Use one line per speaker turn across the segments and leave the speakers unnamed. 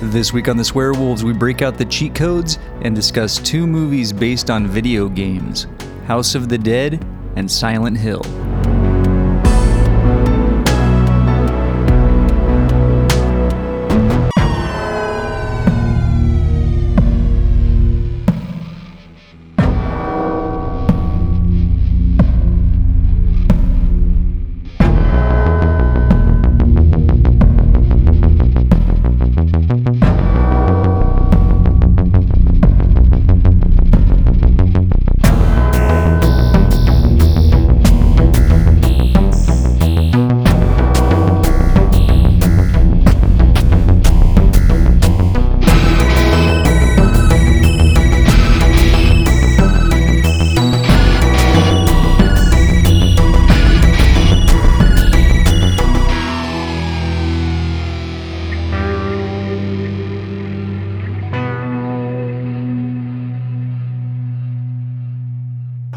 This week on The Swearwolves, we break out the cheat codes and discuss two movies based on video games House of the Dead and Silent Hill.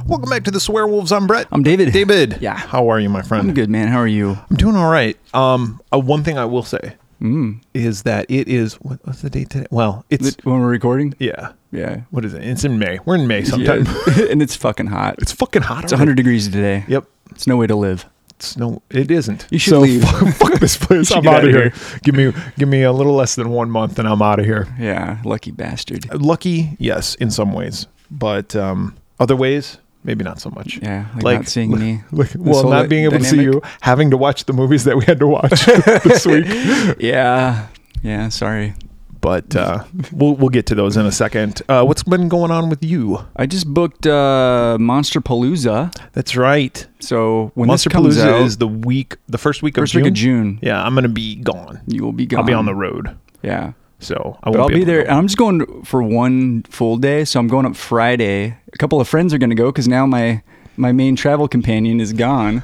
Welcome back to the Swear Wolves. I'm Brett.
I'm David.
David.
Yeah.
How are you, my friend?
I'm good, man. How are you?
I'm doing all right. Um, uh, one thing I will say
Mm.
is that it is what, what's the date today? Well, it's
When we're recording?
yeah.
Yeah.
What is it? It's in May. We're in May sometime.
and it's fucking hot. It's
It's fucking hot. It's
100 degrees today.
Yep.
It's no way to live.
It's no. It isn't.
You should
so
leave.
Fuck, fuck this place.
should
I'm
get
out
outta
of here. Give me give me a little less than one month, and I'm out of here.
Yeah, lucky bastard.
Lucky, yes, in some ways, but um, other ways, maybe not so much.
Yeah, like, not seeing me.
Like,
This
well,
whole
not being able to see you,
dynamic.
having to watch the movies that we had to watch this week.
Yeah, yeah. Sorry.
But uh, we'll we'll get to those in a second. Uh, what's been going on with you?
I just booked uh, Monster Palooza.
That's right.
So when
Monster
this comes
Palooza
out,
is the week, the first week of
first
June.
week of June,
Yeah, I'm gonna be gone.
you will be gone.
I'll be on the road,
yeah.
so I
But
won't
I'll be
able to
there,
go.
and I'm just going for one full day. So I'm going up Friday. A couple of friends are going to go because now my my main travel companion is gone.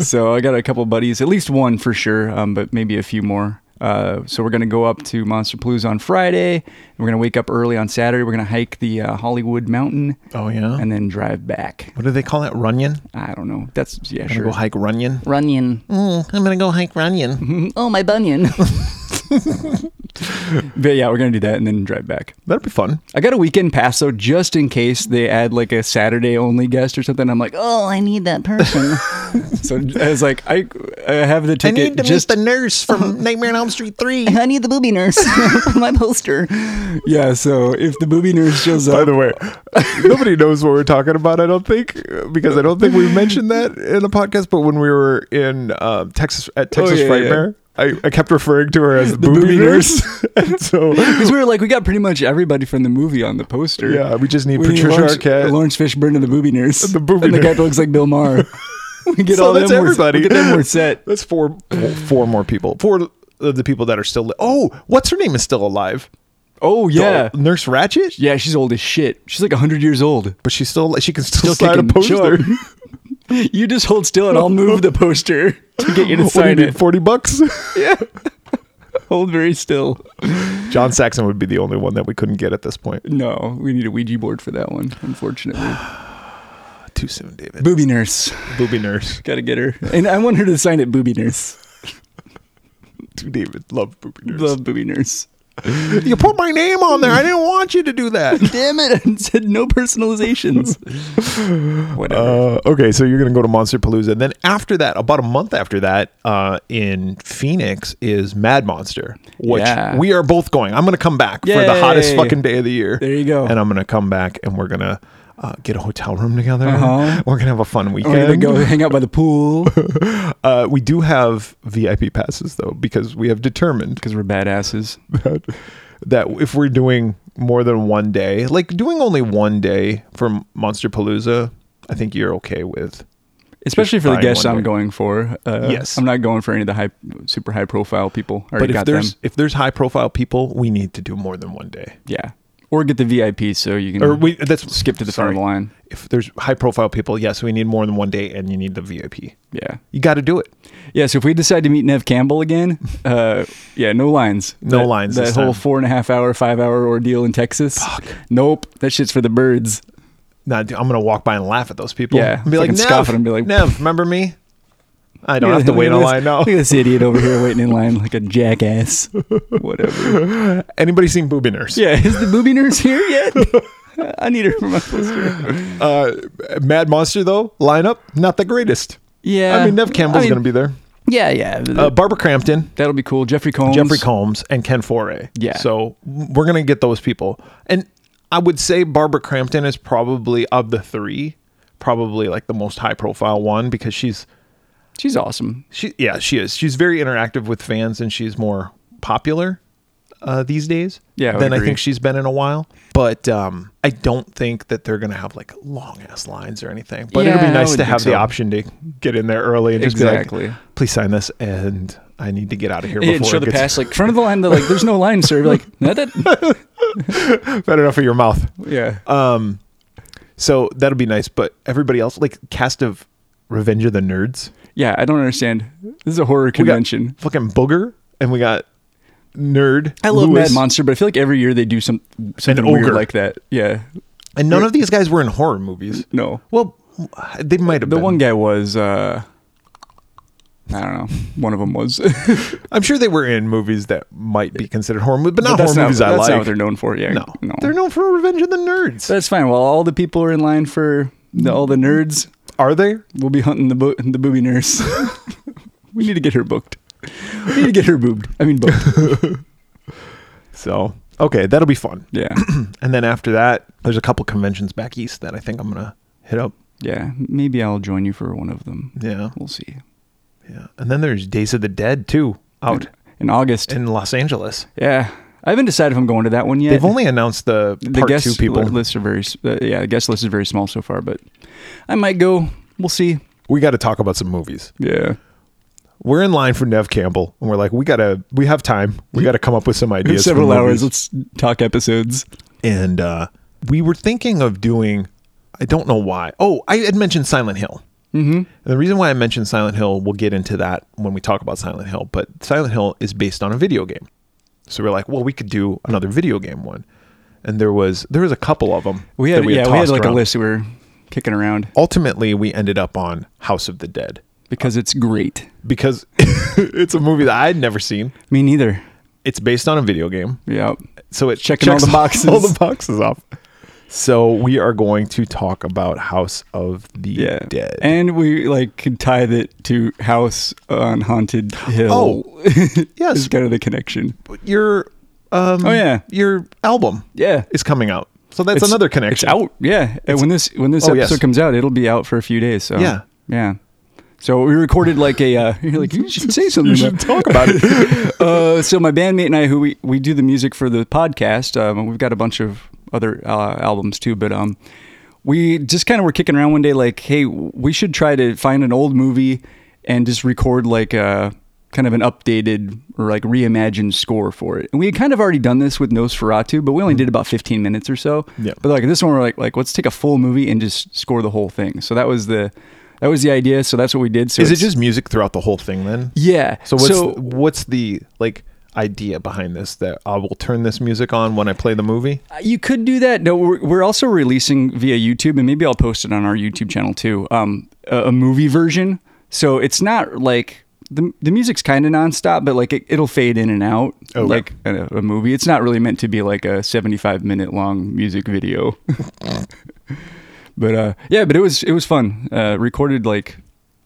so I got a couple buddies, at least one for sure, um, but maybe a few more. Uh, so we're going to go up to Monster Palooza on Friday. We're going to wake up early on Saturday. We're going to hike the uh, Hollywood Mountain
Oh yeah.
and then drive back.
what do they call that? Runyon.
I don't know. That's yeah,
I'm
sure.
gonna go hike Runyon.
Runyon.
Mm, I'm gonna go hike Runyon.
Oh, my bunion. but yeah, we're going to do that and then drive back.
That'll be fun.
I got a weekend pass though, just in case they add like a Saturday only guest or something. I'm like, oh, I need that person. so I was like, I, I have the ticket. just
nurse from Nightmare on Elm Street three.
I need the booby nurse for my poster. Yeah, so if the booby nurse shows
By
up,
the way, nobody knows what we're talking about. I don't think because I don't think we mentioned that in the podcast. But when we were in uh, Texas at Texas
Oh, yeah, yeah.
Frightmare, I, I kept referring to her as the, booby,
booby
nurse. and so
because we were like, we got pretty much everybody from the movie on the poster.
yeah, we just need
We need
Patricia
Lawrence,
Arquette.
Lawrence Fishburne, and the booby nurse. The
booby
and the guy
nurse.
that looks like Bill Maher. we get
So
all
that's
them more-
everybody.
we get them more set.
That's four four more people. Four of the people that are still. Li- oh, what's her name is still alive.
Oh yeah,
The- Nurse Ratchet.
yeah. She's old as shit. She's like hundred years old.
But she's still she can still,
Still
slide a
kicking. Show
poster.
up. You just hold still and I'll move the poster to get you to
What do you
sign
need,
it.
forty bucks?
Yeah. Hold very still.
John Saxon would be the only one that we couldn't get at this point.
No, we need a Ouija board for that one, unfortunately.
Too soon, David.
Booby nurse.
Booby nurse.
Gotta get her. And I want her to sign it Booby Nurse.
to David. Love booby nurse.
Love Booby Nurse.
You put my name on there. I didn't want you to do that.
Damn it. I said no personalizations. Whatever.
Uh, okay, so you're going to go to Monster Palooza. Then after that, about a month after that, uh, in Phoenix is Mad Monster, which
Yeah.
we are both going. I'm going to come back for the hottest
Yay.
fucking day of the year.
There you go.
And I'm going to come back and we're going to uh, get a hotel room together.
Uh-huh.
We're going to have a fun
We're gonna
weekend.
go hang out by the pool
Uh, we do have VIP passes, though, because we have determined
because we're badasses.
that that if we're doing more than one day, like doing only one day for Monster Palooza, I think you're okay with.
Especially for the
buying
guests
one
I'm
day.
going for. Uh,
Yes.
I'm not going for any of the high, super high profile people. I Already
But if
got
there's
them.
if there's high profile people, we need to do more than one day.
Yeah. Or get the VIP so you can
Or we that's
skip to the front of the line.
If there's high profile people, yes, we need more than one day, and you need the VIP.
Yeah.
You got to do it.
Yeah, so if we decide to meet Nev Campbell again, uh, yeah, no lines.
No
That-
lines
That
this
whole
time.
four and a half hour, five hour ordeal in Texas. Nope, that shit's for the birds.
Not, I'm gonna walk by and laugh at those people.
Yeah,
and be like,
fucking
Nev,
scoff at 'em, be like,
Nev, remember me? I don't have to wait in
Look at
line.
this-
No.
Look at this idiot over here waiting in line like a jackass. Whatever.
Anybody seen Booby Nurse?
Yeah, is the booby nurse here yet? I need her for my poster.
Uh, Mad Monster though lineup not the greatest.
Yeah.
I mean Nev Campbell's
I mean,
going to be there.
Yeah, yeah.
Uh, Barbara Crampton,
That'll be cool. Jeffrey Combs.
Jeffrey Combs, and Ken Foray.
Yeah.
So we're going to get those people, and I would say Barbara Crampton is probably of the three, probably like the most high profile one because she's
She's awesome.
She yeah, she is. She's very interactive with fans and she's more popular uh, these days.
Yeah, I would
than I
agree.
think she's been in a while. But um, I don't think that they're gonna have like long ass lines or anything. But it'll
Yeah,
be
I
nice
would
to
think
have the
so.
option to get in there early and just be
Exactly.
like, please sign this and I need to get out of here
Yeah,
before
and show
it
the
gets
pass like front of the line. They're like, "There's no line, sir." You're like, "Not that."
bad enough of your mouth.
Yeah.
Um so that'll be nice. But everybody else, like cast of Revenge of the Nerds.
Yeah, I don't understand. This is a horror
We got
convention.
fucking Booger and we got Nerd.
I love
Lewis.
Mad Monster, but I feel like every year they do some something
ogre.
weird like that. Yeah.
And none of these guys were in horror movies.
No.
Well, they might have
The
been.
one guy was uh I don't know. One of them was.
I'm sure they were in movies that might be considered horror movies, but not
that's
horror movies I
that's
like.
not what they're known for. Yeah.
no.
No.
They're known for Revenge of the Nerds.
that's fine. While all the people are in line for the, all the nerds,
Are they?
we'll be hunting the bo- the booby nurse. we need to get her booked. We need to get her boobed. I mean booked.
So, okay, that'll be fun.
Yeah.
And then after that, there's a couple conventions back east that I think I'm going to hit up.
Yeah. Maybe I'll join you for one of them.
Yeah.
We'll see.
Yeah. And then there's Days of the Dead, too, out
In August.
in Los Angeles.
yeah. I haven't decided if I'm going to that one yet.
They've only announced the
the
part
guest
two people.
li- lists are very s- uh, yeah the guest list is very small so far but i might go we'll see
we got to talk about some movies.
yeah
We're in line for Nev Campbell, and we're like, we got to, we have time. We got to come up with some ideas. for
several hours
movies.
let's talk episodes
and uh, we were thinking of doing i don't know why oh i had mentioned silent hill
mm-hmm
and the reason why i mentioned silent hill we'll get into that when we talk about silent hill but silent hill is based on a video game so we're like well we could do another video game one and there was there was a couple of them
we had
that
yeah we had
tossed
like
around.
a list we were kicking around
ultimately we ended up on house of the dead
because it's great
because it's a movie that i'd never seen
me neither
it's based on a video game
yeah
so it
Checking all
checks
the boxes.
all the boxes off. So we are going to talk about House of the
yeah
Dead.
and we like could tie that to house on haunted hill
Oh, yes.
is kind of the connection
your um,
Oh, yeah.
your album
yeah
is coming out, so that's
It's-
another
it's
connection.
out yeah and when this when this
Oh, yes.
episode comes out it'll be out for a few days so
Yeah.
yeah so we recorded like a uh, you're like you should say something
You should
about-
talk about it.
uh, so my bandmate and I, who we, we do the music for the podcast, um, we've got a bunch of other uh, albums too, but um, we just kind of were kicking around one day, like, hey, we should try to find an old movie and just record like a kind of an updated or like reimagined score for it. And we had kind of already done this with Nosferatu, but we only did about 15 minutes or so.
Mm-hmm. Yeah.
But like this one, we're like, like let's take a full movie and just score the whole thing. So that was the that was the idea. So that's what we did. So
is it
it's-
just music throughout the whole thing then?
yeah?
So what's what's the like idea behind this that I will turn this music on when I play the movie?
Uh, You could do that. No, we're, we're also releasing via YouTube, and maybe I'll post it on our YouTube channel too. Um, a, a movie version, so it's not like the the music's kind of nonstop, but like it, it'll fade in and out,
Okay.
like a, a movie. It's not really meant to be like a seventy five minute long music video. but uh, yeah, but it was it was fun. Uh, recorded like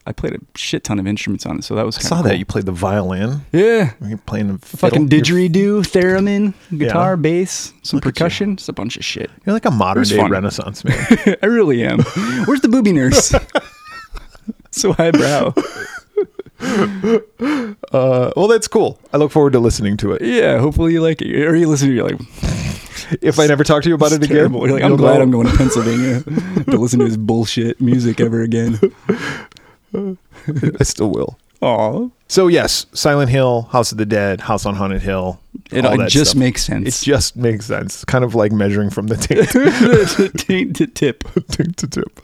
I played a shit ton of instruments on it, so that was
I
kinda
saw
cool.
that you played the violin.
yeah.
Are you playing a fiddle?
Fucking
You're-
didgeridoo, theremin, guitar,
Yeah.
bass, some
Look at you.
percussion. It's a bunch of shit.
You're like a modern
was
day
fun.
Renaissance man.
I really am. Where's the booby nurse? so highbrow.
Uh, well, that's cool. I look forward to listening to it.
Yeah, hopefully you like it. Or you listen to it, you're like,
If I never talk to you about
it's
it again,
terrible. You're like, I'm
you'll
glad
know.
I'm going to Pennsylvania to listen to this bullshit music ever again.
I still will.
Aw.
So yes, Silent Hill, House of the Dead, House on Haunted Hill.
It,
all
it
that
just
stuff.
makes sense.
it just makes sense. Kind of like measuring from the tape
Taint to tip.
tip to tip.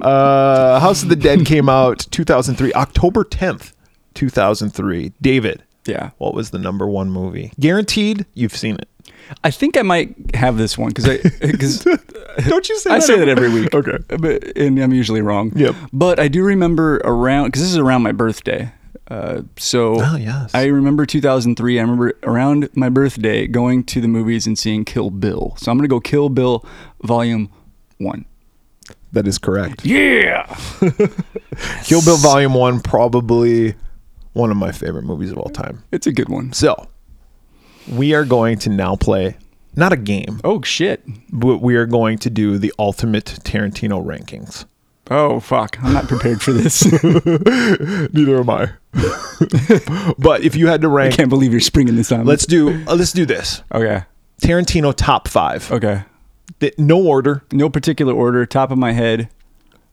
Uh, House of the Dead came out 2003, October 10th, 2003. David,
Yeah.
What was the number one movie? Guaranteed, you've seen it.
I think I might have this one because I because
Don't you say
I
that
say
every-
that every week.
Okay.
but, and I'm usually wrong.
Yep.
But I do remember around because this is around my birthday. Uh, so
Oh, yes.
I remember 2003. I remember around my birthday going to the movies and seeing Kill Bill. So I'm gonna go Kill Bill, Volume One.
That is correct.
Yeah.
Kill Bill Volume 1, probably one of my favorite movies of all time.
It's a good one.
So, we are going to now play not a game,
Oh shit.
but we are going to do the ultimate Tarantino rankings.
Oh fuck. I'm not prepared for this.
Neither am I. but if you had to
I
rank,
can't believe you're springing this on. me.
let's do uh, let's do this.
Okay.
Tarantino top 5.
Okay.
Th- No order.
no particular order, top of my head.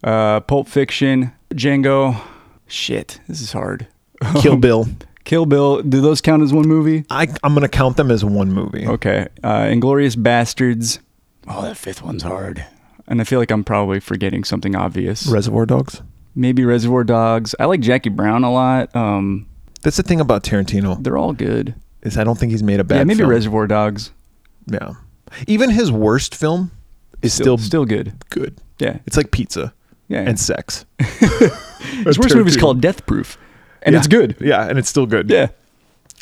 Uh, Pulp Fiction, Django. Shit, this is hard.
Kill Bill.
Kill Bill. Do those count as one movie?
I I'm going to count them as one movie.
Okay. Uh, Inglorious Bastards. Oh, that fifth one's hard. And I feel like I'm probably forgetting something obvious.
Reservoir Dogs.
Maybe Reservoir Dogs. I like Jackie Brown a lot. Um,
That's the thing about Tarantino
they're all good.
is I don't think he's made a bad
yeah, maybe
film.
Reservoir Dogs.
Yeah. Even his worst film is still,
Still, still good.
good.
Yeah,
It's like pizza
yeah.
and sex.
His worst movie's
Tarantino.
called Death Proof, and
Yeah.
it's good.
Yeah, and it's still good.
Yeah.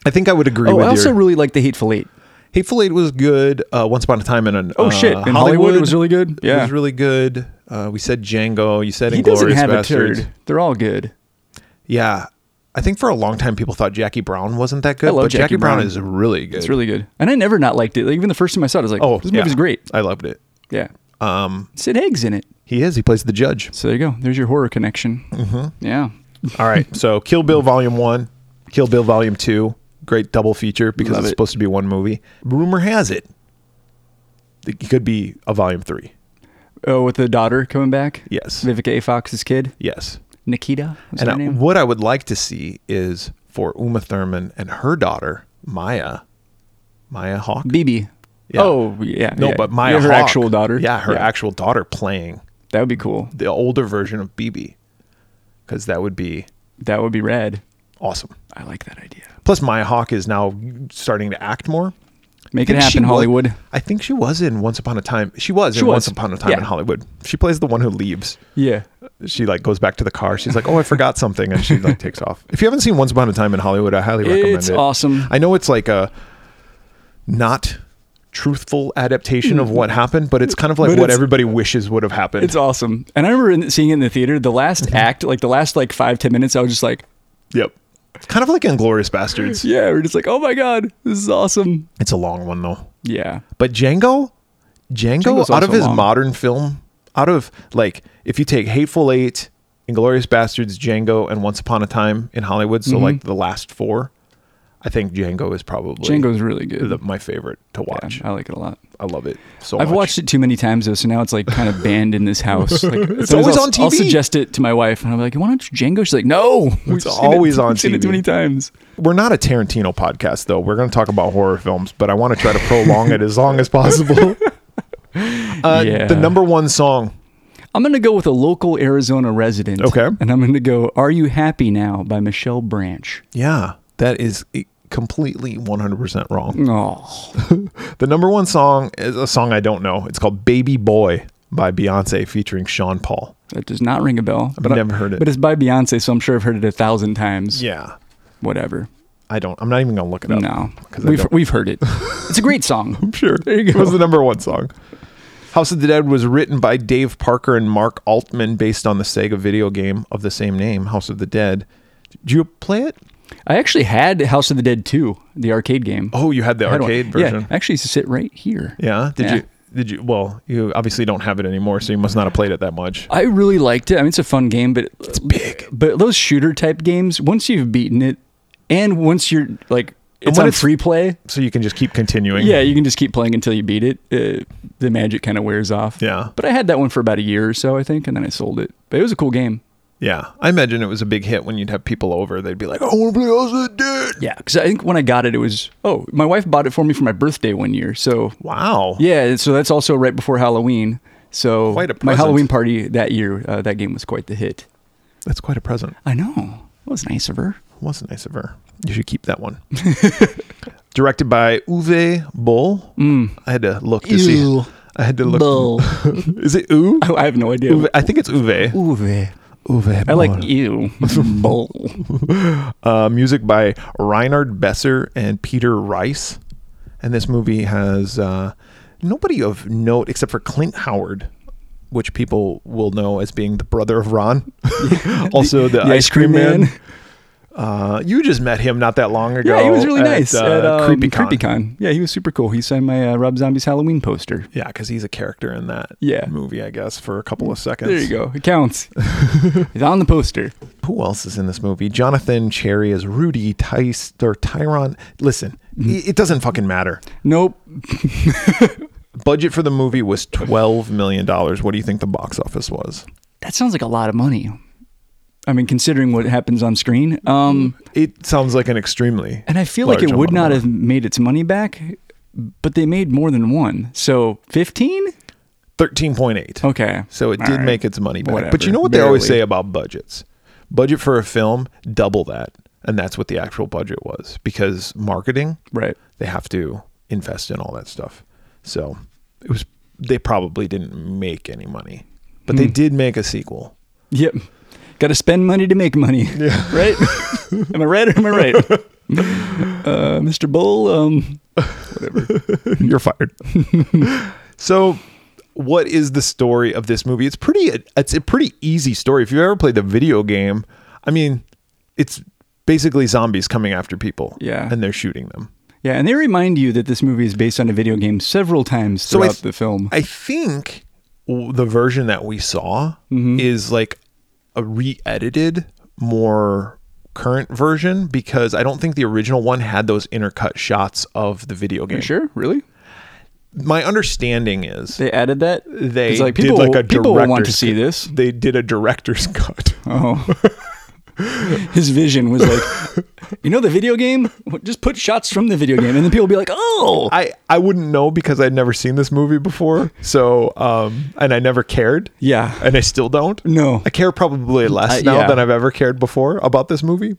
I think I would agree
Oh,
with
I also
you.
really like The Hateful Eight.
Hateful Eight was good. Uh, Once Upon a Time in an
Oh
uh,
shit! In Hollywood, it was really good.
It was really good. Uh, we said Django. You said
he doesn't
Inglorious
have
Bastards.
a turd. They're all good.
Yeah. I think for a long time people thought Jackie Brown wasn't that good,
I love
but Jackie,
Jackie
Brown.
Brown.
is really good.
It's really good. And I never not liked it. Like, even the first time I saw it, I was like,
oh,
"Oh, this
yeah.
movie's great."
I loved it.
Yeah.
Um,
Sid Haig's in it.
he is. He plays the judge.
So there you go. There's your horror connection. Mm-hmm. Yeah.
All right. So Kill Bill Volume 1, Kill Bill Volume 2. Great double feature because
Love
it's
it.
supposed to be one movie. Rumor has it that it could be a Volume 3.
Oh, with the daughter coming back.
Yes.
Vivica A. Fox's kid,
Yes.
Nikita. Was
and
her
I-
name?
what I would like to see is for Uma Thurman and her daughter, Maya, Maya Hawk.
BB.
Yeah.
Oh yeah.
no,
yeah.
but Maya
Yeah, her
Hawke-
actual daughter.
Yeah, her actual daughter playing
That would be cool.
the older version of BB because that would be
That would be rad.
awesome.
I like that idea.
Plus, Maya Hawk is now starting to act more.
Make
I
it
think she
happen,
was-
Hollywood.
I think she was in Once Upon a Time. She was
She
in
was.
Once Upon a Time
Yeah.
in Hollywood. She plays the one who leaves.
Yeah.
She like goes back to the car. She's like, "Oh, I forgot something," and she like takes off. If you haven't seen Once Upon a Time in Hollywood, I highly recommend
It's
it.
awesome.
I know it's like a not truthful adaptation of what happened, but it's kind of like
But
what
it's-
everybody wishes would have happened.
It's awesome. And I remember in, seeing it in the theater, the last
Mm-hmm.
act, like the last like five, ten minutes, I was just like,
yep. It's kind of like Inglorious Bastards.
yeah, we're just like, oh my God, this is awesome.
It's a long one though.
Yeah.
But Django, Django,
Django's
out of
also
his
long.
modern film, out of like if you take Hateful Eight, Inglorious Bastards, Django, and Once Upon a Time in Hollywood,
Mm-hmm.
so like the last four, I think Django is probably
Django's really good.
the, my favorite to watch.
I like it a lot.
I love it so
I've
much.
watched it too many times though, so now it's like kind of banned in this house. Like, it's
always
I'll,
on
I'll
TV.
suggest it to my wife, and I'm like, "You want to watch Django?" She's like, "No, we've seen
always
it,
on
we've Seen it
TV.
too many times.
We're not a Tarantino podcast though. We're going to talk about horror films, but I want to try to prolong it as long as possible. Uh,
Yeah.
The number one song.
I'm gonna go with a local Arizona resident.
Okay.
and I'm gonna go "Are You Happy Now" by Michelle Branch.
Yeah, that is eh, completely 100% wrong.
Oh,
The number one song is a song I don't know. It's called Baby Boy by Beyonce featuring Sean Paul.
that does not ring a bell.
I've
But I-
never heard it.
But it's by Beyonce, so I'm sure I've heard it a thousand times.
yeah.
Whatever.
I don't. I'm not even going to look it up.
No,
'Cause I
we've
don't-
we've heard it. It's a great song.
Sure.
There you
It was
go.
the number one song. House of the Dead was written by Dave Parker and Mark Altman based on the Sega video game of the same name, House of the Dead. Did you play it?
I actually had House of the Dead 2, the arcade game.
Oh, you had the
I had one.
arcade version.
Yeah, I actually used to sit right here.
Yeah. Did
Yeah.
you? Did you? Well, you obviously don't have it anymore, so you must not have played it that much.
I really liked it. I mean, it's a fun game, but it's big. But those shooter type games, once you've beaten it, and once you're like, it's Mm-hmm.
when
on
it's-
free play.
So you can just keep continuing.
Yeah, you can just keep playing until you beat it. Uh, the magic kind of wears off.
Yeah.
But I had that one for about a year or so, I think, and then I sold it. But it was a cool game.
Yeah, I imagine it was a big hit when you'd have people over. They'd be like, "I want to play House of the Dead."
Yeah, because I think when I got it, it was oh, my wife bought it for me for my birthday one year. So
Wow.
Yeah, so that's also right before Halloween. So
Quite a
my
present.
Halloween party that year, uh, that game was quite the hit.
that's quite a present.
I know. It was nice of her.
Was nice of her. You should keep that one. Directed by Uwe Boll.
Mm.
I had to look to see.
Ew.
I had to look.
Bull.
Is it U?
I have no idea.
Uwe? I think it's Uwe.
Uwe.
Uwe.
I like
Boll.
you. Bull.
uh, music by Reinhard Besser and Peter Rice. And this movie has uh, nobody of note except for Clint Howard, which people will know as being the brother of Ron. also, the,
the
ice cream man. Uh, you just met him not that long ago.
Yeah, he was really
at,
nice
Uh,
at um,
CreepyCon.
CreepyCon. Yeah, he was super cool. He signed my uh, Rob Zombie's Halloween poster.
Yeah, because he's a character in that
Yeah.
movie, I guess, for a couple of seconds.
There you go. It counts. It's on the poster.
Who else is in this movie? Jonathan Cherry is Rudy Tice or Tyron. Listen,
Mm-hmm.
it, it doesn't fucking matter.
Nope.
Budget for the movie was twelve million dollars. What do you think the box office was?
That sounds like a lot of money. I mean, considering what happens on screen. Um,
It sounds like an extremely
and I feel like
large
it would
amount
not
of
have made its money back, but they made more than one. So 15?
thirteen point eight.
Okay.
So it
All
did
right.
make its money back. But
Whatever.
you know what they always
Barely.
say about budgets? Budget for a film, double that. And that's what the actual budget was because marketing,
Right.
they have to invest in all that stuff. So it was they probably didn't make any money. But
Hmm.
they did make a sequel.
Yep. Got to spend money to make money. Yeah. Right? am I right or am I right? Uh, Mr. Bull, um,
You're fired. so what is the story of this movie? It's pretty it's a pretty easy story. If you've ever played the video game, I mean, it's basically zombies coming after people.
Yeah.
And they're shooting them.
yeah, and they remind you that this movie is based on a video game several times
So I
throughout
th-
the film.
I think w- the version that we saw
Mm-hmm.
is like a re-edited, more current version because I don't think the original one had those intercut shots of the video game.
sure, really?
My understanding is
They added that.
they
It's like
did
people,
like a
people will want to
director's
see
cut.
this.
They did a director's cut.
Oh. His vision was like, you know, the video game. Just put shots from the video game, and then people will be like, "Oh,
I, I wouldn't know because I'd never seen this movie before. So um and I never cared.
yeah,
and I still don't.
No.
I care probably less
Uh,
now
yeah.
than I've ever cared before about this movie.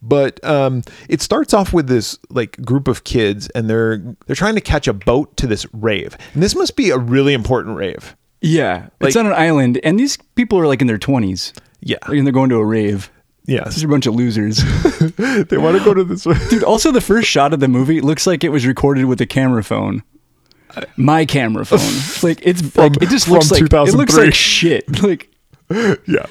But um, it starts off with this like group of kids, and they're they're trying to catch a boat to this rave, and this must be a really important rave.
yeah."
Like-
it's on an island, and these people are like in their twenties,
Yeah,
like, and they're going to a rave. These
yes,
are a bunch of losers,
they want to go to this.
dude. Also, the first shot of the movie looks like it was recorded with a camera phone. My camera phone, like it's like it just
from
looks like it looks
2003.
like shit. Like
yeah,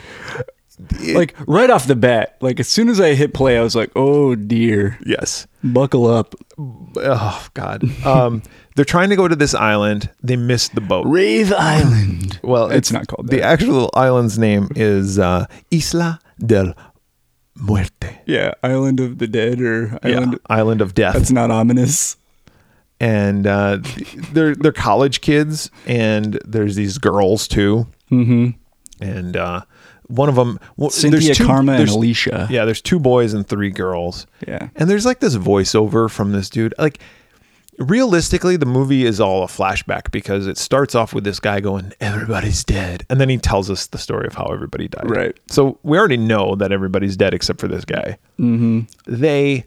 like right off the bat, like as soon as I hit play, I was like, "Oh dear,
yes.
buckle up,
Oh God, um, they're trying to go to this island. They missed the boat.
Rave Island."
Well,
It's not called
The
that.
actual island's name is uh, Isla del Muerte.
Yeah, Island of the Dead or Island.
Island, island of Death.
That's not ominous.
and uh, th- they're they're college kids, and there's these girls too, mm-hmm. and uh, one of them well,
Cynthia
there's two,
Karma and
there's-
Alicia.
Yeah, there's two boys and three girls.
Yeah.
and there's like this voiceover from this dude. Like, realistically, the movie is all a flashback because it starts off with this guy going, "Everybody's dead," and then he tells us the story of how everybody died.
Right.
So we already know that everybody's dead except for this guy. Mm-hmm. They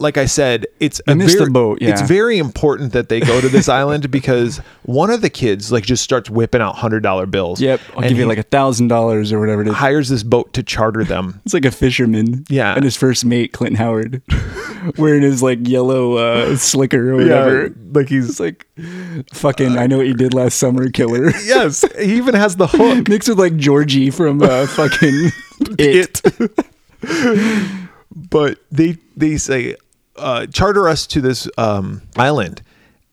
like I said, it's a
missed
very,
the boat,
It's
yeah.
very important that they go to this island because one of the kids like just starts whipping out hundred dollar bills.
Yep, I'll
and
give you
he
like a thousand dollars or whatever it is.
hires this boat to charter them.
It's like a fisherman.
Yeah.
and his first mate, Clint Howard, wearing his like yellow uh, slicker or whatever.
like he's
It's like fucking. I know what you did last summer, killer.
yes. He even has the hook.
Mixed with like Georgie from uh, fucking it.
but they they say uh, charter us to this um, island,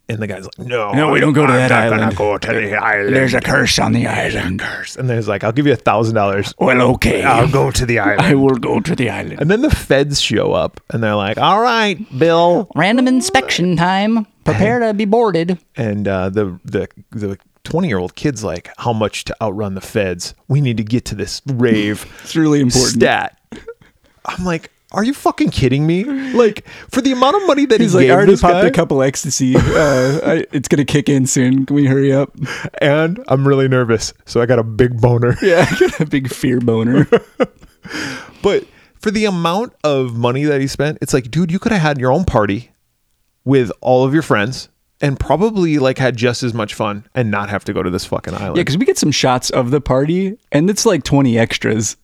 and the guy's like, no,
No, we don't go to
I'm
that
not gonna
island.
Go to the island.
There's a curse on the island.
and there's like, I'll give you a thousand dollars.
Well, okay.
I'll go to the island.
I will go to the island.
And then the feds show up and they're like, all right, Bill.
Random inspection time. Prepare to be boarded.
And uh, the, the, the 20 year old kid's like, how much to outrun the feds? We need to get to this rave
It's really important.
stat. I'm like, are you fucking kidding me? Like, for the amount of money that
He's
he
like, I
gave
already
this
popped
guy,
a couple ecstasy. Uh, I, it's gonna kick in soon. Can we hurry up?
and I'm really nervous. So I got a big boner.
Yeah, I got a big fear boner.
But for the amount of money that he spent, it's like, dude, you could have had your own party with all of your friends and probably like had just as much fun and not have to go to this fucking island.
Yeah, because we get some shots of the party, and it's like 20 extras,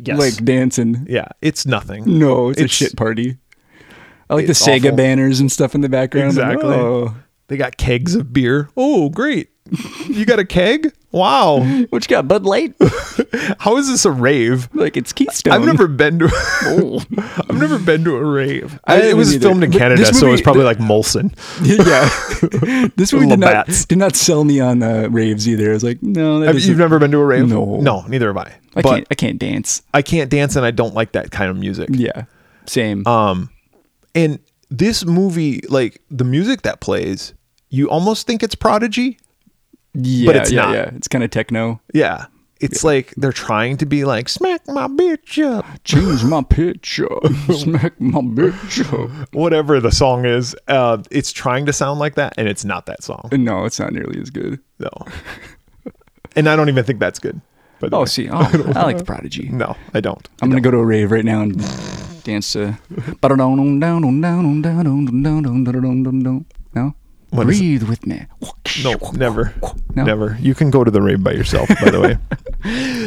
yes.
like dancing.
yeah, it's nothing.
No, it's, a
It's-
shit party. I like the
it's
Sega
awful.
banners and stuff in the background.
Exactly.
Oh,
They got kegs of beer. Oh, great. you got a keg? Wow.
which got Bud Light.
How is this a rave?
like it's Keystone.
I've never Oh. been to. I've never been to a rave.
I
it was
haven't
filmed in
either. But
Canada,
this
so it was
movie-
probably like Molson.
yeah, this movie did not,
Labatt's.
did not sell me on uh, raves either. I was like, no, that
Have,
isn't-
you've never been to a rave?
No.
no, neither have I.
I
but
can't. I can't dance.
I can't dance, and I don't like that kind of music.
Yeah, same.
Uh, Um, And this movie, like the music that plays, you almost think it's Prodigy.
yeah,
but it's
yeah,
not.
yeah. It's kind of techno.
Yeah, it's like they're trying to be like smack my bitch up,
Change my picture, smack my picture.
whatever the song is. Uh, it's trying to sound like that, and it's not that song.
No, it's not nearly as good.
No, and I don't even think that's good. But
Oh, see, oh, I like the Prodigy.
no, I don't.
I'm gonna go to a rave right now and dance to. No,
What is it?
breathe with me.
No, never,
No?
never. You can go to the rave by yourself. By the way,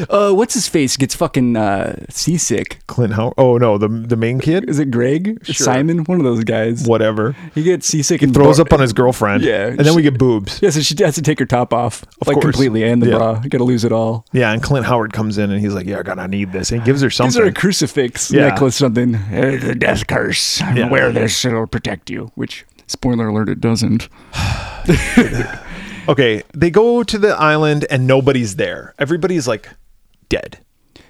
Uh, what's his face gets fucking uh, seasick?
Clint Howard. Oh no, the the main kid.
Is it Greg?
Sure.
Simon? One of those guys.
Whatever.
He gets seasick and
Throws
bar-
up on his girlfriend.
Yeah.
and then we get boobs.
Yeah, so she has to take her top off, like
course.
completely, and the
Yeah.
bra. Got to lose it all.
Yeah, and Clint Howard comes in and he's like, "Yeah, God, I need this." And he gives her something.
Is there a crucifix
Yeah.
necklace? Something? Uh, the death curse.
Yeah.
Wear this; it'll protect you. Which, spoiler alert, it doesn't.
okay, they go to the island and nobody's there. Everybody's like dead.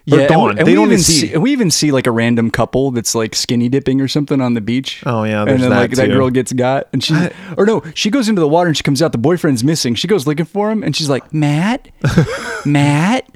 They're
and we-
gone.
And
they
we
don't
even
even see.
and We even see like a random couple that's like skinny dipping or something on the beach.
Oh, yeah,
and
there's
then
that,
like that
too.
girl gets got, and she or no, she goes into the water and she comes out. The boyfriend's missing. She goes looking for him, and she's like,
Matt? Matt?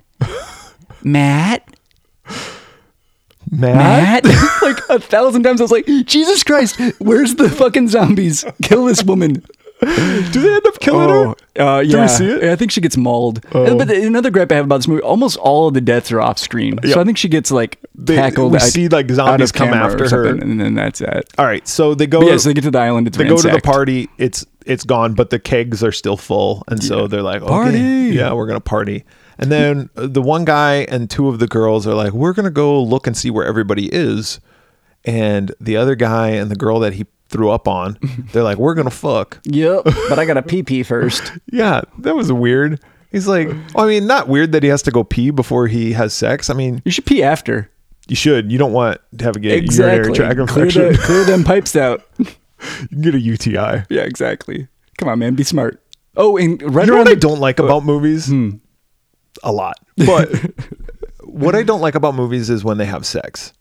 Matt?
Matt?
Matt?
like a thousand times. I was like, Jesus Christ, where's the fucking zombies? Kill this woman.
Do they end up killing her?
uh, yeah.
see it? Oh.
Yeah, I think she gets mauled. But the- another gripe I have about this movie: almost all of the deaths are off screen.
Yep.
So I think she gets like
They-
tackled.
we
like,
see, like,
out of
zombies come
camera or
after her.
something, and then that's it.
All right, so they go.
But yeah, so they get to the island. It's
they go to the
ransacked.
party. It's it's gone, but the kegs are still full, and so they're like, okay,
Party.
Yeah, we're gonna party. And then uh, the one guy and two of the girls are like, we're gonna go look and see where everybody is. And the other guy and the girl that he threw up on, they're like, we're gonna fuck.
Yep. But I got to pee pee first.
Yeah, that was weird. He's like, "Oh, I mean, not weird that he has to go pee before he has sex. I mean,
You should pee after.
you should. You don't want to have a get urinary
Exactly.
tract
Clear,
infection.
the, clear them pipes out.
you can get a UTI.
Yeah, exactly. Come on, man. Be smart. Oh, and right
You know
around
what
the,
I
Hmm.
don't like about movies? A lot. But what I don't like about movies is when they have sex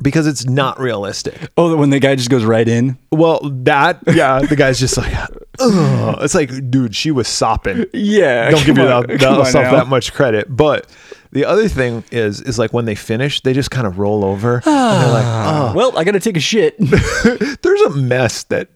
because it's not realistic.
oh, when the guy just goes right in.
Well, that, yeah, the guy's just like, Ugh. it's like, dude, she was sopping.
Yeah.
don't give
come
yourself
on- come on now.
that much credit. But the other thing is, is like when they finish, they just kind of roll over. and they're
Ah.
like,
Well, I gotta take a shit.
oh, there's a mess that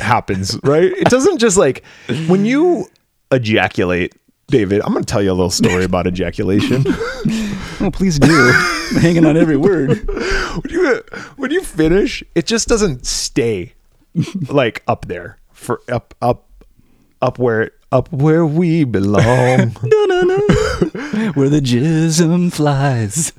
happens, right? It doesn't just like when you ejaculate, David. I'm going to tell you a little story about ejaculation.
oh, please do. I'm hanging on every word.
when you when you finish, it just doesn't stay like up there for up up up where up where we belong.
Where the jism flies.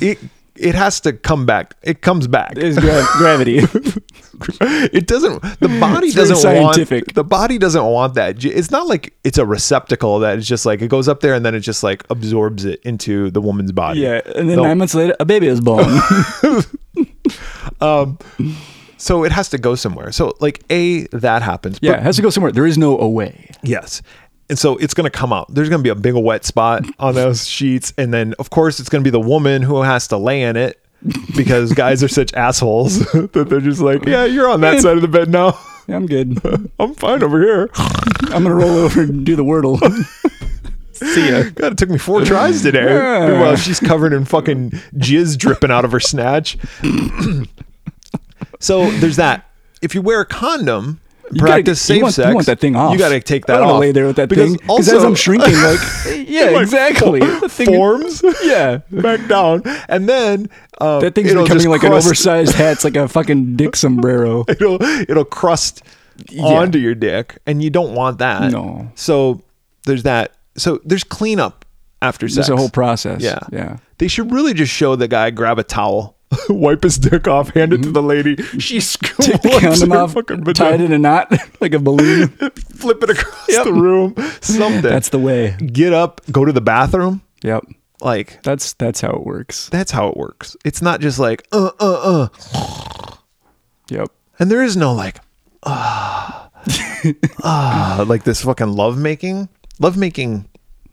it it has to come back. It comes back.
Is gra- gravity.
it doesn't the body
It's very
doesn't
scientific.
want the body doesn't want that J- it's not like it's a receptacle that is just like it goes up there and then it just like absorbs it into the woman's body
yeah. And then
No.
nine months later, a baby is born.
so it has to go somewhere so like a that happens
yeah, it
but
has to go somewhere. There is no away.
yes and so it's going to come out there's going to be a big wet spot on those sheets and then of course it's going to be the woman who has to lay in it because guys are such assholes that they're just like yeah you're on that side of the bed now
Yeah, I'm good.
i'm fine over here
I'm gonna roll over and do the wordle. See ya.
God, it took me four tries today.
Yeah.
Meanwhile, she's covered in fucking jizz dripping out of her snatch. so there's that. If you wear a condom,
You gotta-
practice safe
you want,
sex.
You want that thing off.
You got to take
I
that
don't wanna
off.
lay there with that
Because
thing. Because as
also-
I'm shrinking, like, yeah,
Like,
exactly.
fo-
That thing-
forms
Yeah.
back down, and then um,
That thing's
it'll
becoming
just
like an
crust-
oversized hat. It's like a fucking dick sombrero.
It'll it'll crust onto your dick, and you don't want that.
No.
So there's that. So there's cleanup after sex.
There's a whole process.
Yeah.
Yeah.
They should really just show the guy grab a towel, wipe his dick off, hand it to the lady. She
Mm-hmm. Take
scoops
the condom
her
off,
fucking vagina,
tied in a knot like a balloon.
flip it across the room. Something.
That's the way.
Get up, go to the bathroom.
Yep.
Like
That's that's how it works.
that's how it works. It's not just like uh uh uh,
Yep.
and there is no like ah ah like this fucking love making. Love making,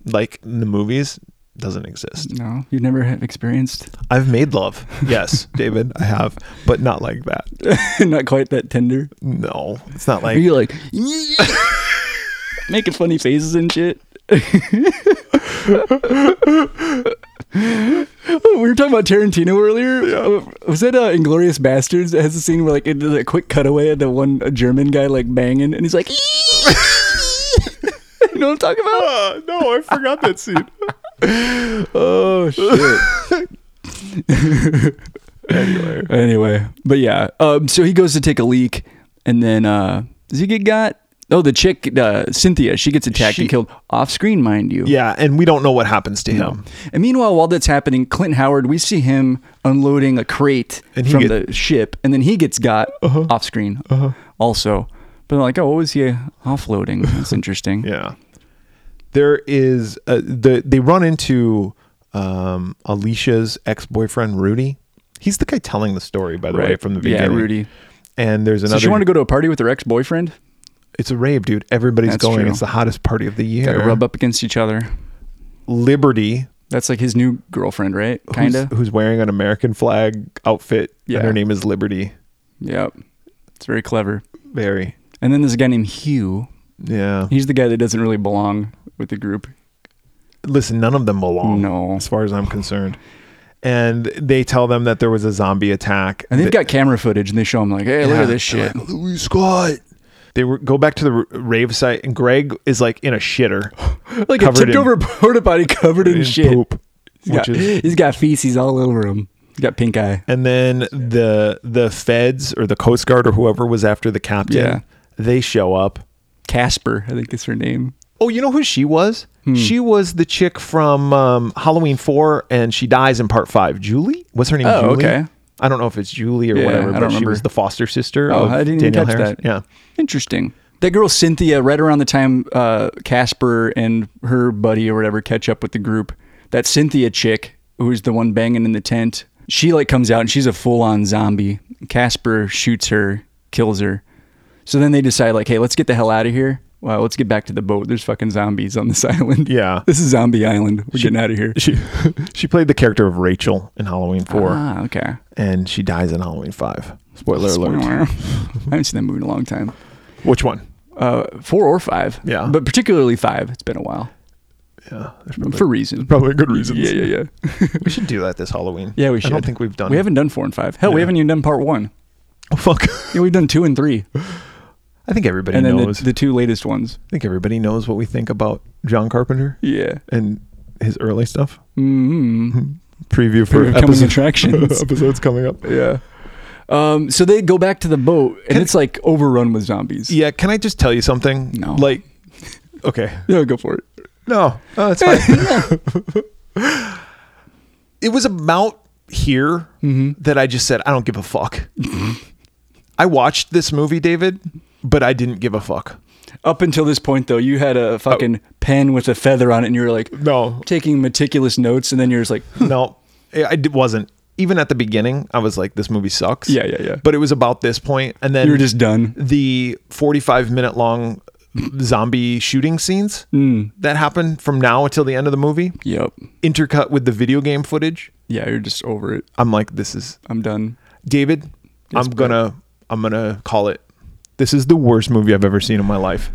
like in the movies, doesn't exist.
No, you never have experienced
I've made love, yes, David, I have, but not like that.
not quite that tender.
No, it's not
Are
like
you like making funny faces and shit? Oh, we were talking about Tarantino earlier. Was that uh, Inglorious Bastards that has a scene where like it does a quick cutaway of the one a German guy like banging and he's like, you know what I'm talking about?
Uh, no, I forgot that scene.
Oh shit.
anyway,
anyway, but yeah. Um, so he goes to take a leak, and then uh, does he get got? Oh, the chick uh, Cynthia, she gets attacked
She-
and killed off screen, mind you.
yeah, and we don't know what happens to him.
And meanwhile, while that's happening, Clint Howard, we see him unloading a crate
And he
from
get- Uh-huh.
the ship, and then he gets got off screen also. But I'm like, oh, what was he offloading? That's interesting.
Yeah, there is uh the they run into um, Alicia's ex boyfriend Rudy. He's the guy telling the story, by the way, from the
yeah,
beginning.
Rudy.
And there's
So
another.
she wanted to go to a party with her ex boyfriend.
it's a rave, dude. Everybody's
That's
going.
true.
It's the hottest party of the year.
Gotta rub up against each other.
Liberty,
That's like his new girlfriend, right?
who's-
Kinda.
who's wearing an American flag outfit,
Yeah.
and her name is Liberty.
Yep. It's very clever.
Very.
And then there's a guy named Hugh.
Yeah.
He's the guy that doesn't really belong with the group.
Listen, none of them belong.
No.
as far as I'm concerned. And they tell them that there was a zombie attack.
And they've
They-
got camera footage and they show him like, hey, look
yeah,
at this
they're
shit.
like, Louis Scott. They were, go back to the r- rave site, and Greg is like in a shitter,
Like a
covered
tipped
in-
over porta potty covered in,
in
shit.
poop,
He's got,
which is.
he's got feces all over him. He's got pink eye.
And then the the feds or the Coast Guard or whoever was after the captain,
Yeah.
they show up.
Casper, I think is her name.
Oh, you know who she was?
Hmm.
She was the chick from um, Halloween Four, and she dies in Part Five. Julie, what's her name?
Oh,
Julie?
okay.
I don't know if it's Julie or
Yeah,
whatever,
I
but
don't
she
remember.
was the foster sister.
Oh,
of
I didn't even
Daniel
catch
Harris.
that.
Yeah,
Interesting. That girl Cynthia, right around the time uh, Casper and her buddy or whatever catch up with the group, that Cynthia chick who's the one banging in the tent, she like comes out and she's a full on zombie. Casper shoots her, kills her. So then they decide like, hey, let's get the hell out of here. Wow, let's get back to the boat. There's fucking zombies on this island.
Yeah.
This is Zombie Island. We're getting out of here.
she she played the character of Rachel in Halloween Four,
Ah, okay.
and she dies in Halloween Five. Spoiler alert.
I haven't seen that movie in a long time.
Which one?
Uh, four or five.
Yeah.
But particularly five. It's been a while.
Yeah, there's
For reasons.
probably good reasons.
Yeah, yeah, yeah.
We should do that this Halloween.
Yeah, we
I don't
should.
think we've done.
We haven't done four and five. Hell, we
Yeah.
haven't even done part one.
Oh, fuck.
Yeah, we've done two and three,
I think everybody
and then the,
knows.
the two latest ones.
I think everybody knows what we think about John Carpenter
Yeah.
and his early stuff. Hmm.
mm
Preview for
Coming
episode-
attractions.
episodes coming up.
Yeah. Um, so they go back to the boat, and it's like overrun with zombies.
Yeah, can I just tell you something?
No.
Like, okay.
Yeah, go for it.
No, no, it's fine. it was about here
Mm-hmm.
that I just said, I don't give a fuck. I watched this movie, David, but I didn't give a fuck.
Up until this point, though, you had a fucking pen with a feather on it, and you were like
Oh. No,
taking meticulous notes, and then you're just like,
no, I I d- wasn't. Even at the beginning, I was like, this movie sucks.
Yeah, yeah, yeah.
But it was about this point, and then
you were just done.
the 45 minute long zombie shooting scenes
Mm.
that happened from now until the end of the movie
Yep.
intercut with the video game footage
Yeah, you're just over it.
i'm like this is
I'm done.
david i'm gonna i'm gonna call it this is the worst movie i've ever seen in my life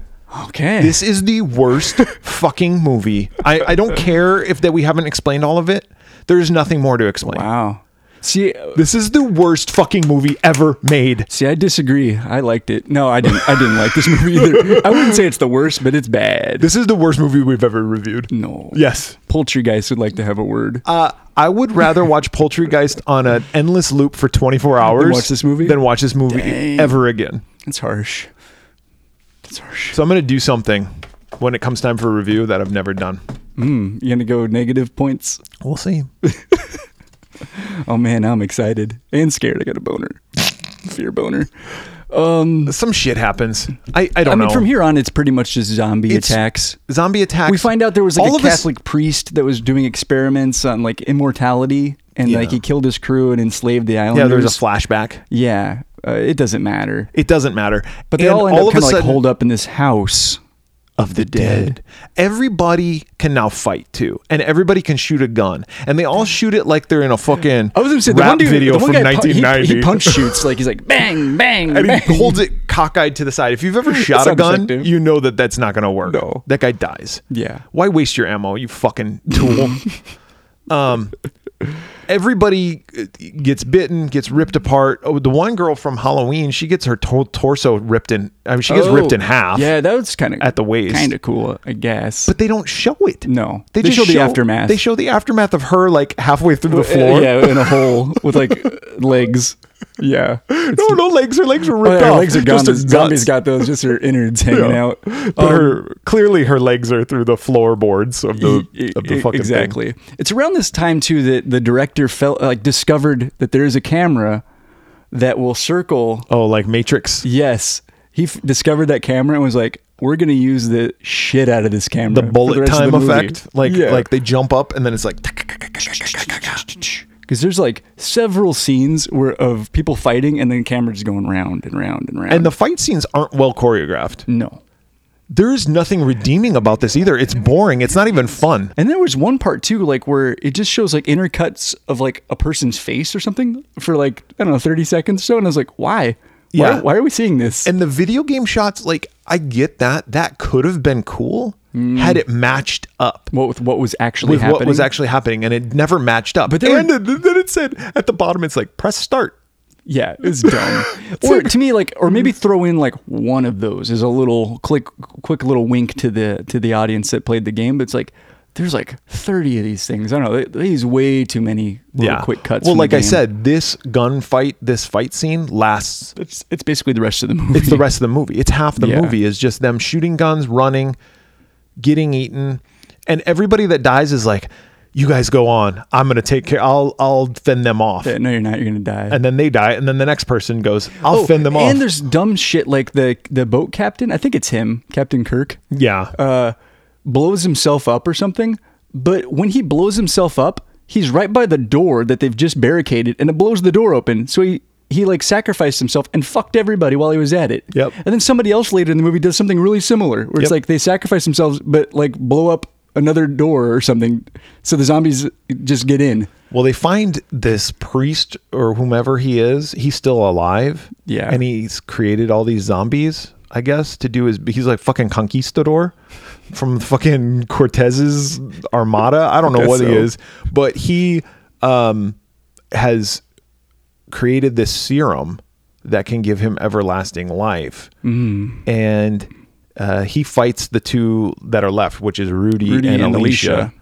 Okay.
this is the worst fucking movie I, I don't care if that we haven't explained all of it there's nothing more to explain
wow. See,
This is the worst fucking movie ever made.
see, I disagree. I liked it. No, I didn't. I didn't like this movie either. I wouldn't say it's the worst, but it's bad.
This is the worst movie we've ever reviewed.
No.
Yes.
Poltergeist would like to have a word.
Uh, I would rather watch Poultrygeist on an endless loop for 24 hours
watch this movie?
than watch this movie
Dang.
ever again.
It's harsh. It's harsh.
So I'm going to do something when it comes time for a review that I've never done.
Mm, you gonna go negative points?
We'll see.
Oh man, I'm excited and scared. I got a boner, fear boner. Um,
Some shit happens. I, I
I
don't
mean,
know.
from here on, it's pretty much just zombie
It's-
attacks.
Zombie attacks.
We find out there was like
All
a
of us-
Catholic priest that was doing experiments on like immortality, and
Yeah.
like he killed his crew and enslaved the islanders.
yeah, there's a flashback.
Yeah, uh, it doesn't matter.
It doesn't matter.
But they
And
all end up
of a
kind of like
sudden-
holed up in this house.
of the dead. Everybody can now fight too, and everybody can shoot a gun, and they all shoot it like they're in a fucking
I was gonna say the
rap
one dude,
video
the one
from
guy pu- he-
1990.
He, punch shoots like he's like bang bang.
and
bang.
he holds it cockeyed to the side. If you've ever shot a
not
gun,
effective.
you know that that's not going to work.
No.
that guy dies.
Yeah.
Why waste your ammo, you fucking tool? um, everybody uh, gets bitten, gets ripped apart. Oh, the one girl from Halloween, she gets her to- torso ripped in. I mean, she gets
Oh,
ripped in half.
Yeah, that was kind of
At the waist.
Kind of cool, I guess.
but they don't show it.
no,
They, just
show the aftermath.
They show the aftermath of her like halfway through the
Uh,
floor.
yeah, in a hole with like legs. Yeah, It's-
No, no legs. Her legs are
oh, yeah,
ripped
her
off.
legs are gone.
Just her
The zombies
guts.
got those, just her innards hanging
Yeah.
out.
But
Um,
her clearly her legs are through the floorboards of the
E- e-
of the fucking Thing.
exactly. It's around this time too that the director felt like discovered that there is a camera that will circle.
Oh, like Matrix.
Yes, he f- discovered that camera and was like, "We're gonna use the shit out of this camera."
The
for
bullet
rest of
time
the movie."
effect, like
Yeah.
like they jump up and then it's like
because there's like several scenes where of people fighting and then the camera just going round and round and round.
and the fight scenes aren't well choreographed.
no.
There is nothing redeeming about this either. It's boring. It's not even fun.
And there was one part too, like where it just shows like intercuts of like a person's face or something for like I don't know thirty seconds or so, and I was like, why?
Yeah.
Why, why are we seeing this?
And the video game shots, like I get that. That could have been cool had it matched up.
what with what was actually
with
Mm. happening?
what was actually happening, and it never matched up. But
they were-
and then- then it said at the bottom, it's like press start.
yeah, it's dumb. or to me, like, or
Mm-hmm.
maybe throw in like one of those as a little click, quick little wink to the to the audience that played the game. But it's like there's like thirty of these things. I don't know. they- They use way too many little quick cuts.
Well,
from the
like I
game.
said, this gunfight, this fight scene lasts.
it's it's basically the rest of the movie.
It's the rest of the movie. It's half the
Yeah.
movie is just them shooting guns, running, getting eaten, and everybody that dies is like, "You guys go on. I'm gonna take care. I'll I'll fend them off."
no, you're not. You're gonna die.
And then they die, and then the next person goes, "I'll fend them off."
Oh, And there's dumb shit like the the boat captain. I think it's him, Captain Kirk.
yeah,
Uh, blows himself up or something. But when he blows himself up, he's right by the door that they've just barricaded, and it blows the door open. So he. He like sacrificed himself and fucked everybody while he was at it.
Yep.
And then somebody else later in the movie does something really similar, where
Yep.
it's like they sacrifice themselves but like blow up another door or something, so the zombies just get in.
Well, they find this priest or whomever he is. He's still alive.
Yeah.
And he's created all these zombies, I guess, to do his. He's like fucking conquistador from fucking Cortez's armada. I don't know
guess
what he
so.
is, but he um, has created this serum that can give him everlasting life.
Mm-hmm.
And uh, he fights the two that are left, which is Rudy,
Rudy
and,
and
Alicia.
Alicia.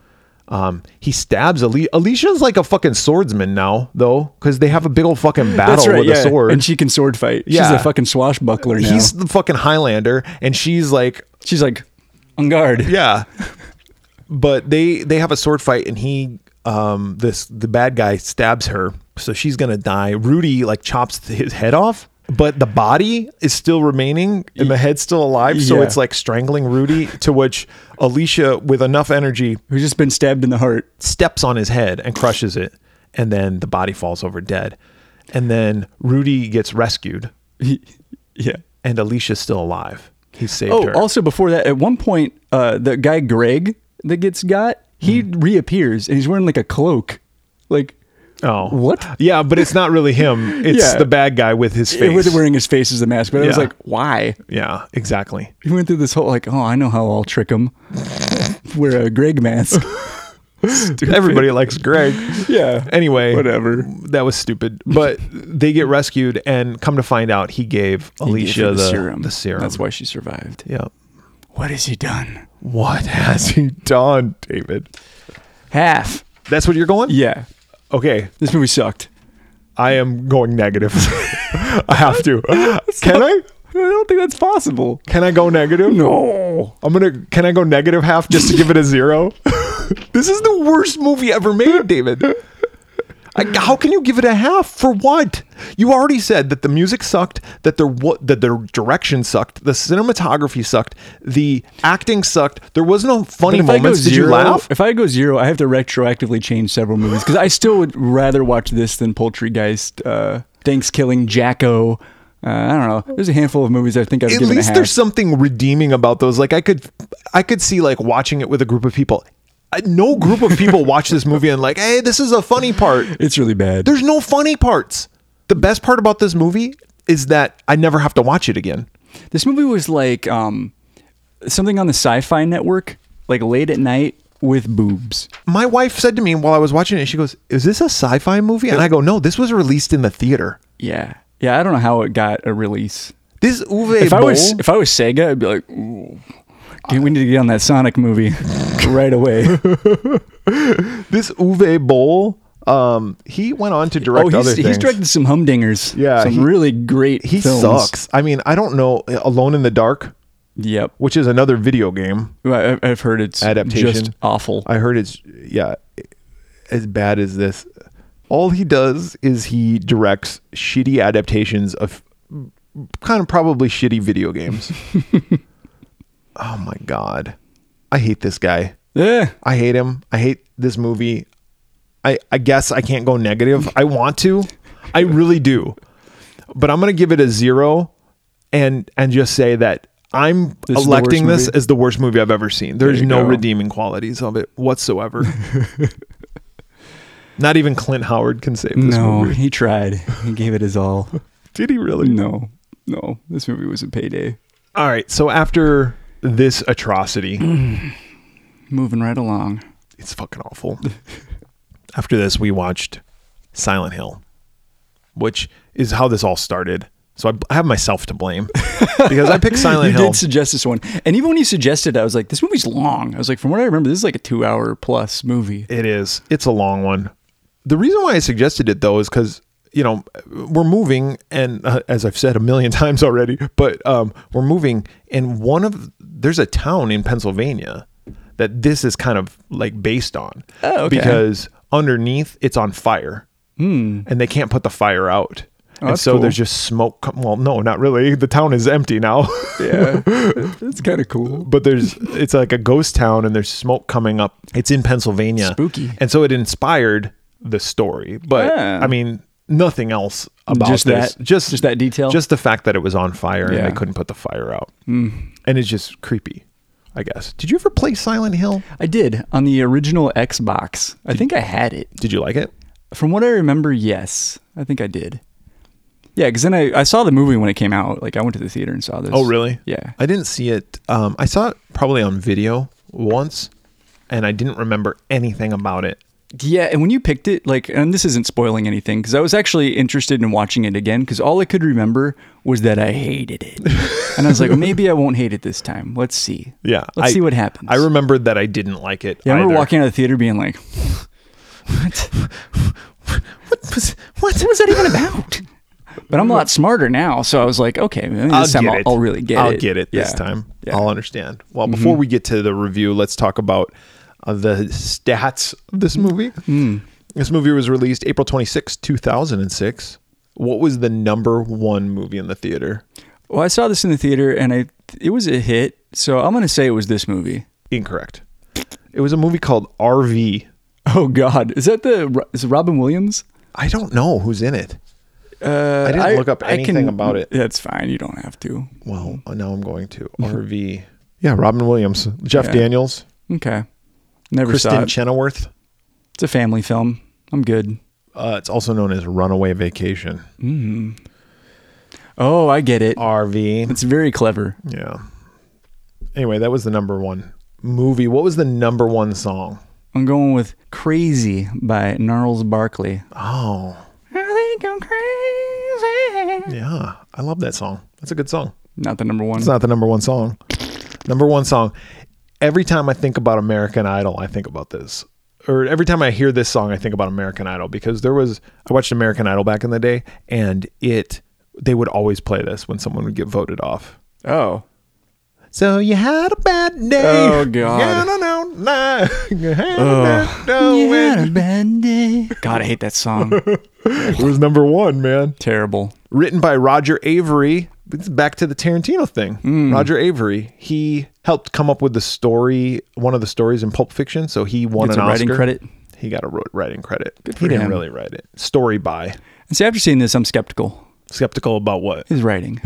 Um, he stabs Ali- Alicia's like a fucking swordsman now, though, because they have a big old fucking battle with a sword.
And she can sword fight.
Yeah.
She's a fucking swashbuckler now.
He's the fucking Highlander, and she's like,
She's like, on guard.
yeah. but they they have a sword fight, and he um this the bad guy stabs her, so she's gonna die. Rudy like chops his head off. But the body is still remaining and the head's still alive. So
Yeah.
it's like strangling Rudy, to which Alicia, with enough energy,
Who's just been stabbed in the heart.
steps on his head and crushes it, and then the body falls over dead. And then Rudy gets rescued,
yeah.
and Alicia's still alive. He saved
Oh,
her.
also before that, at one point, uh, the guy Greg that gets got, he
Hmm.
reappears and he's wearing like a cloak. Like,
oh,
what?
Yeah, but it's not really him. It's
Yeah.
the bad guy with his
it was
face.
wearing his face as a mask. But I was
Yeah.
like, why?
yeah, exactly.
He went through this whole, like, oh, I know how I'll trick him. Wear a Greg mask. Stupid.
Everybody likes Greg.
Yeah.
Anyway,
Whatever.
That was stupid. But they get rescued, and come to find out, he gave
He gave
Alicia
her
the, The serum.
That's why she survived.
Yeah.
What has he done?
What has he done, David?
Half.
That's what you're going?
Yeah.
Okay.
This movie sucked.
I am going negative. I have to. Can I?
I don't think that's possible.
Can I go negative?
No.
I'm gonna. Can I go negative half just to give it a zero? this is the worst movie ever made, David. I, how can you give it a half for what? You already said that the music sucked, that there wa- that the direction sucked, the cinematography sucked, the acting sucked. There was no funny
But if I go
moments. Did
zero,
you laugh?
If I go zero, I have to retroactively change several movies because I still would rather watch this than Poultrygeist, uh, Thanksgiving, Jacko. Uh, I don't know. There's a handful of movies I think I've
At
given a
least
half.
there's something redeeming about those. Like I could, I could see like watching it with a group of people. I, no group of people watch this movie and like, hey, this is a funny part.
it's really bad.
There's no funny parts. The best part about this movie is that I never have to watch it again.
This movie was like um, something on the Sci-Fi Network, like late at night with boobs.
My wife said to me while I was watching it, she goes, Is this a sci fi movie? And I go, No, this was released in the theater.
Yeah, yeah. I don't know how it got a release.
This Uwe
If
Boll,
I was if I was Sega, I'd be like, Ooh, dude, we need to get on that Sonic movie right away.
this Uwe Boll, um, he went on to direct
oh,
other
he's,
things.
he's directed some humdingers.
Yeah,
some
he-
really great.
he
films.
sucks. I mean, I don't know. Alone in the Dark,
Yep,
which is another video game
I, I- I've heard it's
adaptation.
just awful.
I heard it's yeah, as bad as this. All he does is he directs shitty adaptations of kind of probably shitty video games. oh my god. I hate this guy.
yeah,
I hate him. I hate this movie. I I guess I can't go negative. I want to. I really do. But I'm going to give it a 0 and and just say that I'm
This is the
electing
worst
this
movie?
as the worst movie I've ever seen. There's
There you
no
go.
redeeming qualities of it whatsoever. Not even Clint Howard can save this
no,
movie.
he tried. He gave it his all.
Did he really?
no, no, this movie was a payday.
All right. So after this atrocity,
Moving right along.
it's fucking awful. after this, we watched Silent Hill, which is how this all started. So I, I have myself to blame because I picked Silent
you
Hill.
did suggest this one, and even when you suggested, it, I was like, "This movie's long." I was like, "From what I remember, this is like a two-hour plus movie."
It is. It's a long one. The reason why I suggested it though is because you know we're moving, and uh, as I've said a million times already, but um, we're moving, and one of there's a town in Pennsylvania that this is kind of like based on.
Oh, okay.
Because underneath it's on fire, and they can't put the fire out. and
Hmm. Oh, that's
so
cool.
there's just smoke. Com- well, no, not really. The town is empty now.
Yeah, that's kind of cool.
but there's it's like a ghost town and there's smoke coming up. It's in Pennsylvania.
Spooky.
And so it inspired the story. But
Yeah.
I mean, nothing else about
Just
this.
that- just that detail?
Just the fact that it was on fire and
Yeah. Mm.
they couldn't put the fire out. And it's just creepy, I guess. Did you ever play Silent Hill?
I did on the original Xbox. I think I had it.
Did you like it?
From what I remember, yes, I think I did. Yeah, because then I, I saw the movie when it came out. Like I went to the theater and saw this.
Oh, really?
Yeah.
I didn't see it. Um, I saw it probably on video once, and I didn't remember anything about it.
Yeah, and when you picked it, like, and this isn't spoiling anything because I was actually interested in watching it again because all I could remember was that I hated it, and I was like, maybe I won't hate it this time. Let's see.
Yeah,
Let's
I-
see what happens.
I remembered that I didn't like it.
Yeah, I remember
either.
walking out of the theater being like,
What was, what?
"What was that even about?" But I'm a lot smarter now, so I was like, "Okay, maybe this time I'll, I'll really get it.
I'll get it this
Yeah.
time.
Yeah.
I'll understand. Well, before we get to the review, let's talk about uh, the stats of this movie. This movie was released April twenty sixth, two 2006. What was the number one movie in the theater?
Well, I saw this in the theater, and I it was a hit, so I'm gonna say it was this movie.
Incorrect. It was a movie called RV.
Oh God, is that the is it Robin Williams?
I don't know who's in it.
Uh,
I didn't look up anything about it.
That's fine. You don't have to.
Well, uh, now I'm going to RV. Yeah, Robin Williams, Jeff
Yeah.
Daniels,
Okay. Never saw
Kristen
it.
Chenoweth.
it's a family film. I'm good.
Uh, it's also known as Runaway Vacation.
Oh, I get it.
RV.
It's very clever.
Yeah. Anyway, that was the number one movie. What was the number one song?
I'm going with Crazy by Gnarls Barkley.
Oh,
I think I'm crazy.
yeah. I love that song. That's a good song.
Not the number one.
It's not the number one song. Number one song. Every time I think about American Idol, I think about this. Or every time I hear this song, I think about American Idol because there was I watched American Idol back in the day and it they would always play this when someone would get voted off.
oh.
So you had a bad day.
Oh, God.
Yeah, no, no, no. You had a
Ugh.
bad day.
Yeah, bad day. God, I hate that song.
It was number one, man.
Terrible.
written by Roger Avery. It's back to the Tarantino thing. Roger Avery, he helped come up with the story, one of the stories in Pulp Fiction. So he won
Gets
an
a writing
Oscar.
credit?
He got a wrote- writing credit.
for
he didn't
him.
really write it. Story by.
And see, after seeing this, I'm skeptical.
Skeptical about what?
His writing.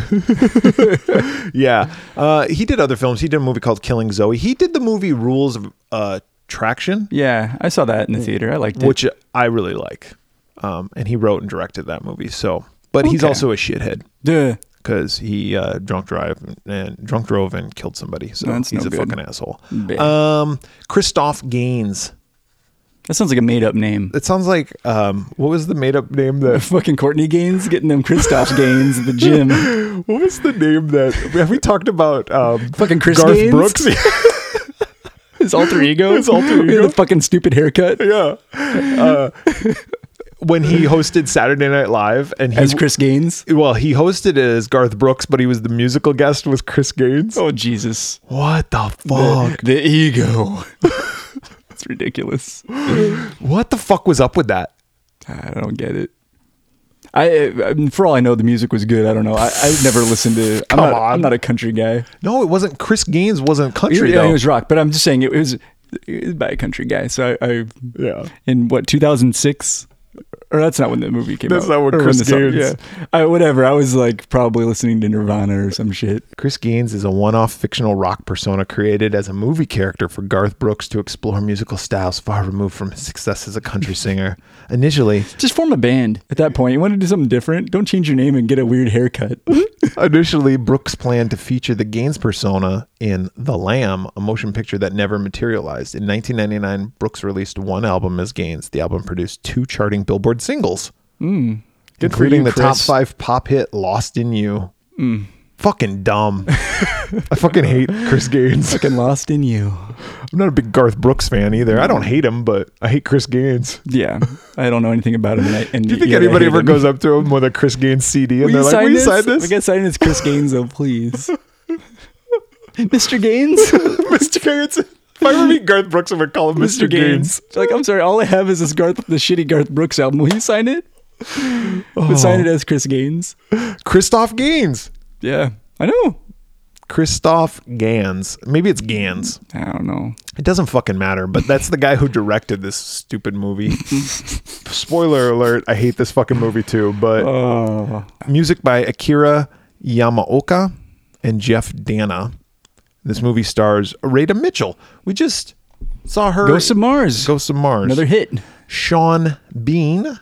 yeah. Uh, he did other films. He did a movie called Killing Zoe. He did the movie Rules of uh, Traction,
Yeah, I saw that in the theater. I liked it.
which I really like. Um, and he wrote and directed that movie. So, but he's
Okay.
also a shithead.
Duh.
because he uh, drunk drive and drunk drove and killed somebody. So
That's
he's
no
a
good.
fucking asshole.
Bad.
Um, Christoph Gaines.
That sounds like a made up name.
It sounds like um, what was the made up name that?
Fucking Courtney Gaines getting them Christoph Gaines at the gym.
What was the name that? Have we talked about um,
Fucking Chris
Garth
Gaines?
Brooks?
His alter ego.
His alter
With
ego.
The fucking stupid haircut.
yeah. Uh, when he hosted Saturday Night Live, and he
As Chris Gaines.
well, he hosted it as Garth Brooks, but he was the musical guest with Chris Gaines.
Oh, Jesus.
What the
The,
fuck?
the ego. it's ridiculous.
What the fuck was up with that?
I don't get it. I, I- for all I know, the music was good. I don't know. I, I never listened to. I'm
Come
not,
on.
I'm not a country guy.
No, it wasn't. Chris Gaines wasn't country
yeah,
though.
it was rock, but I'm just saying it was, it was by a country guy. So I, I
yeah.
in what 2006, or that's not when the movie came
That's
out.
not when
or
Chris
the song-
Gaines-
yeah, I, whatever. I was like probably listening to Nirvana or some shit.
Chris Gaines is a one off fictional rock persona created as a movie character for Garth Brooks to explore musical styles far removed from his success as a country singer. Initially,
Just form a band at that point. You want to do something different? Don't change your name and get a weird haircut.
initially Brooks planned to feature the Gaines persona in The Lamb, a motion picture that never materialized. In 1999, Brooks released one album as Gaines. The album produced two charting Billboard singles,
Hmm. Good for
including
you,
the top
Chris. Hmm.
five pop hit Lost in You. Fucking dumb. I fucking hate Chris Gaines.
Fucking lost in you.
I'm not a big Garth Brooks fan either. I don't hate him, but I hate Chris Gaines.
Yeah, I don't know anything about him. And I, and
Do you think
yet I
anybody
hate
ever
him.
goes up to him with a Chris Gaines CD and
Will
they're
you
like,
sign
"Will you
this?
sign
We
this,
got sign this, Chris Gaines, though, please. Mr. Gaines?
Mr. Gaines?" If I ever meet Garth Brooks, I'm gonna call him Mr. Gaines.
Like, I'm sorry, all I have is this Garth, the shitty Garth Brooks album. Will you sign it?
Oh.
But sign it as Chris Gaines.
Christoph Gaines,
Yeah, I know.
Christoph Gans. Maybe it's Gans.
I don't know.
It doesn't fucking matter. But that's the guy who directed this stupid movie. Spoiler alert: I hate this fucking movie too. But Uh,
Oh,
music by Akira Yamaoka and Jeff Dana. This movie stars Rada Mitchell. We just saw her.
Ghosts of Mars.
Ghosts of Mars.
Another hit.
Sean Bean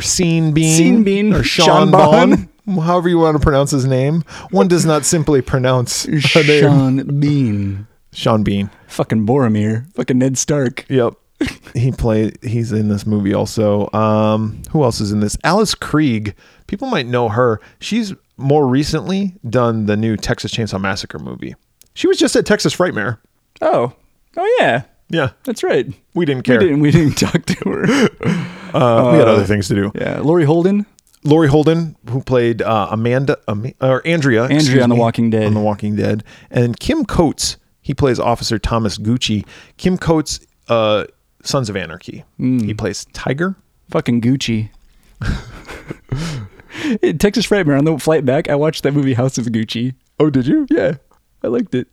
Sean Bean.
Sean Bean.
Or Sean,
Sean
Bon. However you want to pronounce his name. One does not simply pronounce a name.
Sean Bean.
Sean Bean.
Fucking Boromir. Fucking Ned Stark.
Yep. He play he's in this movie also. Um who else is in this? Alice Krieg. People might know her. She's more recently done the new Texas Chainsaw Massacre movie. She was just at Texas Frightmare.
Oh, oh yeah.
Yeah.
That's right.
We didn't care.
We didn't. We didn't talk to her.
Uh, we had other things to do.
yeah, Lori Holden.
Lori Holden, who played uh, Amanda Am- or Andrea,
Andrea
excuse
on The
me,
Walking Dead.
on The Walking Dead, and Kim Coates, he plays Officer Thomas Gucci. Kim Coates, uh, Sons of Anarchy,
Hmm.
he plays Tiger.
Fucking Gucci. It- Texas Frightmare on the flight back. I watched that movie House of Gucci.
Oh, did you?
Yeah, I liked it.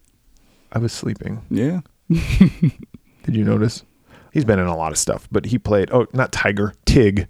I was sleeping.
Yeah,
Did you notice? He's been in a lot of stuff, but he played. Oh, not Tiger, Tig,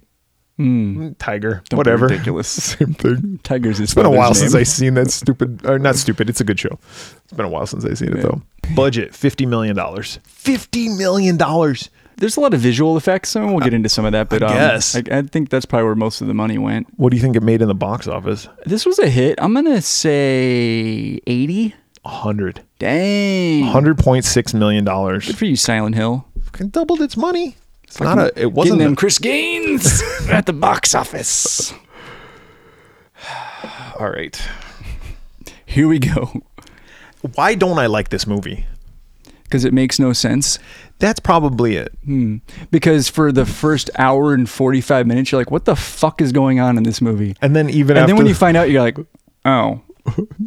Hmm.
Mm, Tiger, whatever.
Ridiculous.
Same thing.
Tigers. It's
It's been a while since I've seen that stupid, or not stupid. It's a good show. It's been a while since I've seen it though. Budget fifty million dollars. Fifty million dollars.
There's a lot of visual effects, and we'll get into some of that. But um,
guess.
I, I think that's probably where most of the money went.
What do you think it made in the box office?
This was a hit. I'm gonna say 80.
100.
Dang.
100.6 million dollars.
Good for you, Silent Hill.
Fucking doubled its money. It's not a. It wasn't.
Getting
a-
them Chris Gaines at the box office.
all right.
Here we go.
Why don't I like this movie?
Because it makes no sense.
That's probably it.
Because for the first hour and 45 minutes, you're like, what the fuck is going on in this movie?
And then even
And
after,
then when you find out, you're like, oh,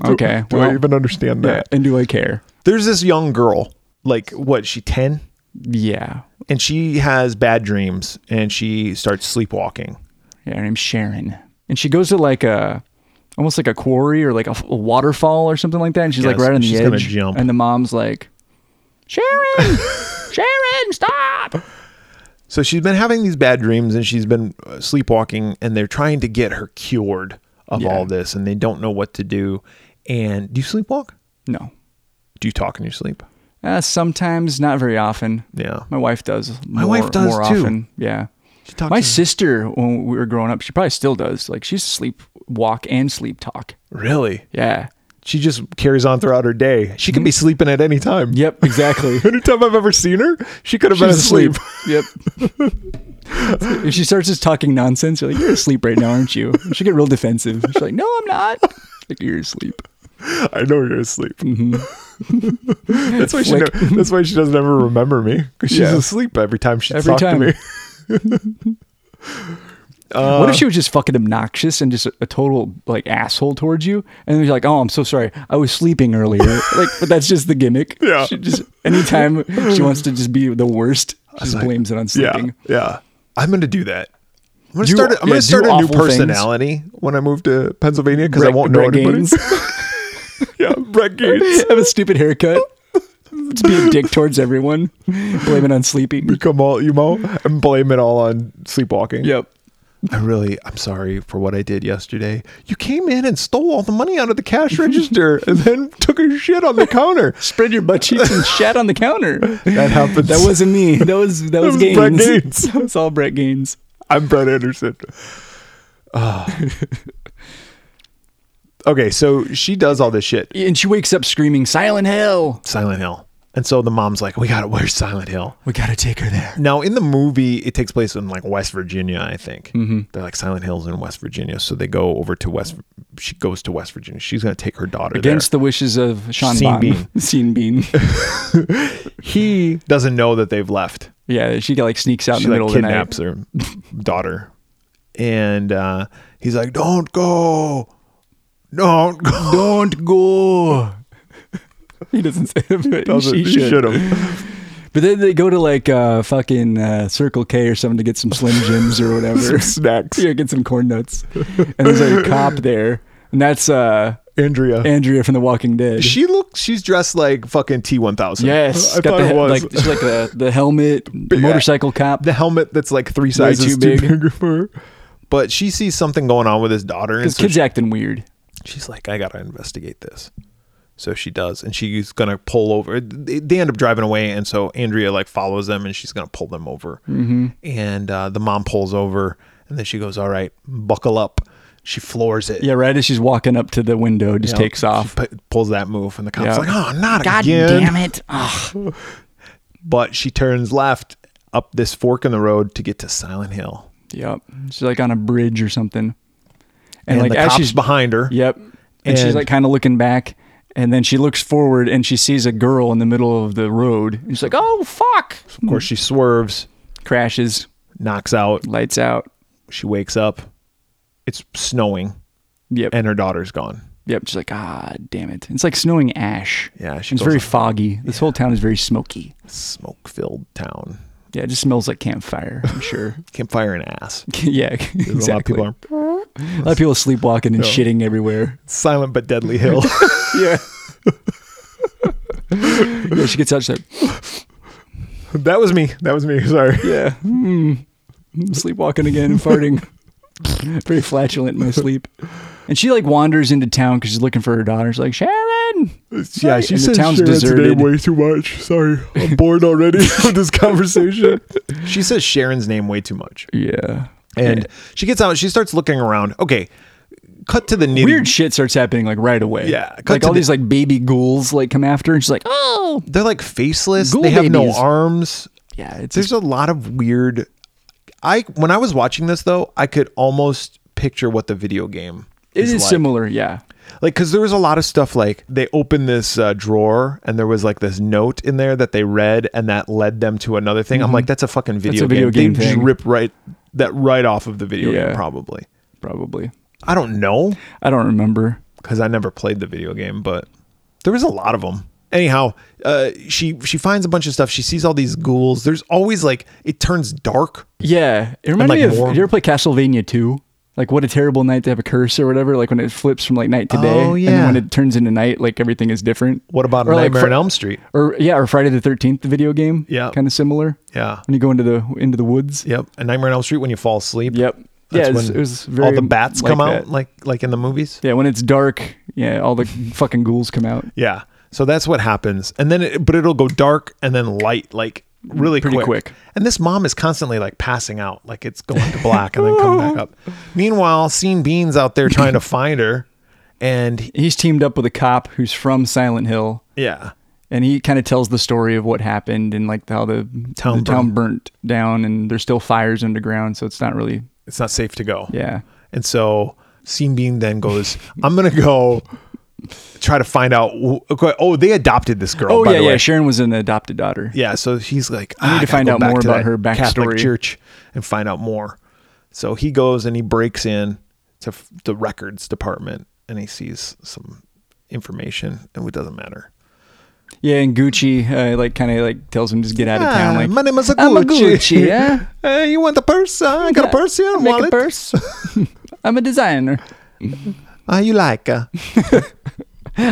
okay.
do I
well,
even understand
yeah,
that?
and do I care?
There's this young girl, like what? She ten,
Yeah.
and she has bad dreams, and she starts sleepwalking.
Yeah, her name's Sharon. And she goes to like a, almost like a quarry or like a, f- a waterfall or something like that. And she's like
Yes,
right on the
she's
edge.
gonna jump.
And the mom's like, Sharon, Sharon, stop.
So she's been having these bad dreams and she's been uh, sleepwalking, and they're trying to get her cured of
Yeah.
all this, and they don't know what to do. And do you sleepwalk?
No.
Do you talk in your sleep?
Uh, sometimes, not very often.
Yeah.
My wife does.
My
more-
wife does
more
too.
Often. Yeah.
She talks
My
in-
sister, when we were growing up, she probably still does. Like she's sleep walk and sleep talk.
really?
Yeah.
She just carries on throughout her day. She could be sleeping at any time.
Mm-hmm. Yep. Exactly.
Anytime I've ever seen her, she could have been asleep.
Yep. if she starts just talking nonsense, you're like, "You're asleep right now, aren't you?" And she get real defensive. She's like, "No, I'm not." Like you're asleep.
I know you're asleep.
Mm-hmm.
that's why she.
Flick.
never- that's why she doesn't ever remember me because she's
Yeah.
asleep every time she
Every
talks
time.
to me.
what
Uh.
if she was just fucking obnoxious and just a, a total like asshole towards you? And then you're like, "Oh, I'm so sorry. I was sleeping earlier." like, but that's just the gimmick.
Yeah.
She just anytime she wants to just be the worst, she just
like,
blames it on sleeping.
Yeah, yeah. I'm gonna do that. I'm gonna
Do-
start. I'm
yeah,
gonna
do
start a new
awful things.
personality when I move to Pennsylvania because I
Brett-
won't know
Brett
anybody.
Gaines.
yeah, Brett Gaines.
have a stupid haircut. Just be a dick towards everyone. Blame it on sleeping.
Become all emo and blame it all on sleepwalking.
Yep.
I really, I'm sorry for what I did yesterday. You came in and stole all the money out of the cash register and then took a shit on the counter.
Spread your butt cheeks and shat on the counter.
That happens.
That wasn't me. That was that was,
was
Gaines.
Brett Gaines.
that was all Brett Gaines.
I'm Brett Anderson. Ah. okay, so she does all this shit.
And she wakes up screaming, "Silent Hill!"
Silent Hill. And so the mom's like, we got to where's Silent Hill?
We gotta take her there.
Now, in the movie, it takes place in like West Virginia, I think.
Mm-hmm.
They're like Silent Hills in West Virginia. So they go over to West, she goes to West Virginia. She's going to take her daughter
Against
there.
the wishes of Sean
Sean
Bean.
Bean.
Scene Bean.
He doesn't know that they've left.
Yeah, she like sneaks out
She
in the
like
middle of the night.
kidnaps her daughter. And uh, he's like, don't go. Don't go.
Don't go. He doesn't say it, but
Doesn't-
she
he
should.
should've.
But then they go to like uh, fucking uh, Circle K or something to get some Slim Jims or whatever.
Snacks.
yeah, get some corn nuts. And there's like a cop there, and that's uh,
Andrea.
Andrea from The Walking Dead.
she looks, she's dressed like fucking T1000.
yes,
I
got
thought
the,
it
he-
was.
like she's like the the helmet motorcycle cop.
the helmet that's like three sizes
too
too big.
big.
for her. But she sees something going on with his daughter, and
Because
so
kids
she-
acting weird.
she's like, "I gotta investigate this." So she does, and she's gonna pull over. They, they end up driving away, and so Andrea like follows them, and she's gonna pull them over.
Mm-hmm.
And uh, the mom pulls over, and then she goes, "All right, buckle up." She floors it.
Yeah, right as she's walking up to the window, just
You know,
takes off.
She pu- pulls that move, and the cop's
Yeah.
like, "Oh, not
God
again!"
damn it. Ugh.
But she turns left up this fork in the road to get to Silent Hill,
Yep, she's like on a bridge or something.
and,
And, like
the
as
cop's
she's
behind her.
Yep. And, she's
And-
like kind of looking back. And then she looks forward and she sees a girl in the middle of the road. And she's like, oh, fuck.
Of course, she swerves,
Crashes,
knocks out.
lights out.
She wakes up. It's snowing,
Yep.
and her daughter's gone.
yep. She's like, ah, damn it. It's like snowing ash.
Yeah, she
It's
goes
very
on.
foggy. This whole town is very smoky.
Smoke filled town.
Yeah, it just smells like campfire, I'm sure.
Campfire and ass.
yeah,
There's
exactly.
A lot of people are
people, sleepwalking and shitting everywhere.
silent but deadly hill.
Yeah. yeah, she gets out. She's like,
that was me. That was me. Sorry.
yeah, hmm, I'm sleepwalking again and farting. Very flatulent in my sleep. And she like wanders into town because she's looking for her daughter. She's like, Sharon.
Yeah, she
And the
says
town's
Sharon's name
deserted.
way too much. Sorry, I'm bored already of this conversation. She says Sharon's name way too much,
Yeah.
and she gets out. She starts looking around. Okay, cut to the nitty.
Weird shit starts happening like right away.
Yeah, cut
Like
to
all
the-
these like baby ghouls like come after her, and she's like, oh,
They're like faceless.
Ghoul
they have no
babies.
arms.
yeah, it's
There's a lot of weird. I when I was watching this though, I could almost picture what the video game.
it is
like.
similar. Yeah,
like because there was a lot of stuff like they opened this uh, drawer and there was like this note in there that they read and that led them to another thing i'm like that's a fucking video,
Mm-hmm. a video
game,
game
they just
thing.
rip right that right off of the video game
Yeah.
probably
probably.
i don't know
I don't remember.
because i never played the video game but there was a lot of them anyhow uh, she she finds a bunch of stuff she sees all these ghouls there's always like it turns dark
Yeah, it reminded
like,
me of.
more-
Did you ever play Castlevania Two? Like what a terrible night to have a curse or whatever. Like when it flips from like night to day,
Oh,
and
yeah.
then when it turns into night, like everything is different.
what about
Or, like,
nightmare
fr-
on elm street
Or yeah, or Friday the Thirteenth, the video game.
Yeah.
kind of similar.
yeah
When you go into the into the woods.
yep and nightmare on elm street when you fall asleep
Yep.
That's
yeah, it was,
when
it was very
all the bats
like
come
that.
out like like in the movies
Yeah, when it's dark, yeah, all the fucking ghouls come out
Yeah. So that's what happens. And then it, but it'll go dark and then light like really
Pretty quick.
And this mom is constantly like passing out, like it's going to black and then come back up. Meanwhile, Sean Bean's out there trying to find her and he-
he's teamed up with a cop who's from Silent Hill,
yeah.
and he kind of tells the story of what happened and like how the
Town
the town burnt down, and there's still fires underground, so it's not really
It's not safe to go.
yeah.
And so Sean Bean then goes, "I'm going to go try to find out wh- okay, oh, they adopted this girl
Oh
by
yeah,
the way.
yeah. Sharon was an adopted daughter.
Yeah, so he's like,
need
"Ah, I
to
gotta
find
go
out
back
more
to
about
that
her
Catholic
backstory."
church and find out more. So he goes and he breaks in to f- the records department and he sees some information, and it doesn't matter.
Yeah, and Gucci uh, like kind of like tells him just get out of town.
"Ah,
Like
my name is
I'm a Gucci,
Gucci.
yeah.
Hey, you want a purse? Uh, I got a purse here.
Make
wallet.
a purse. I'm a designer.
Ah, you like? Uh,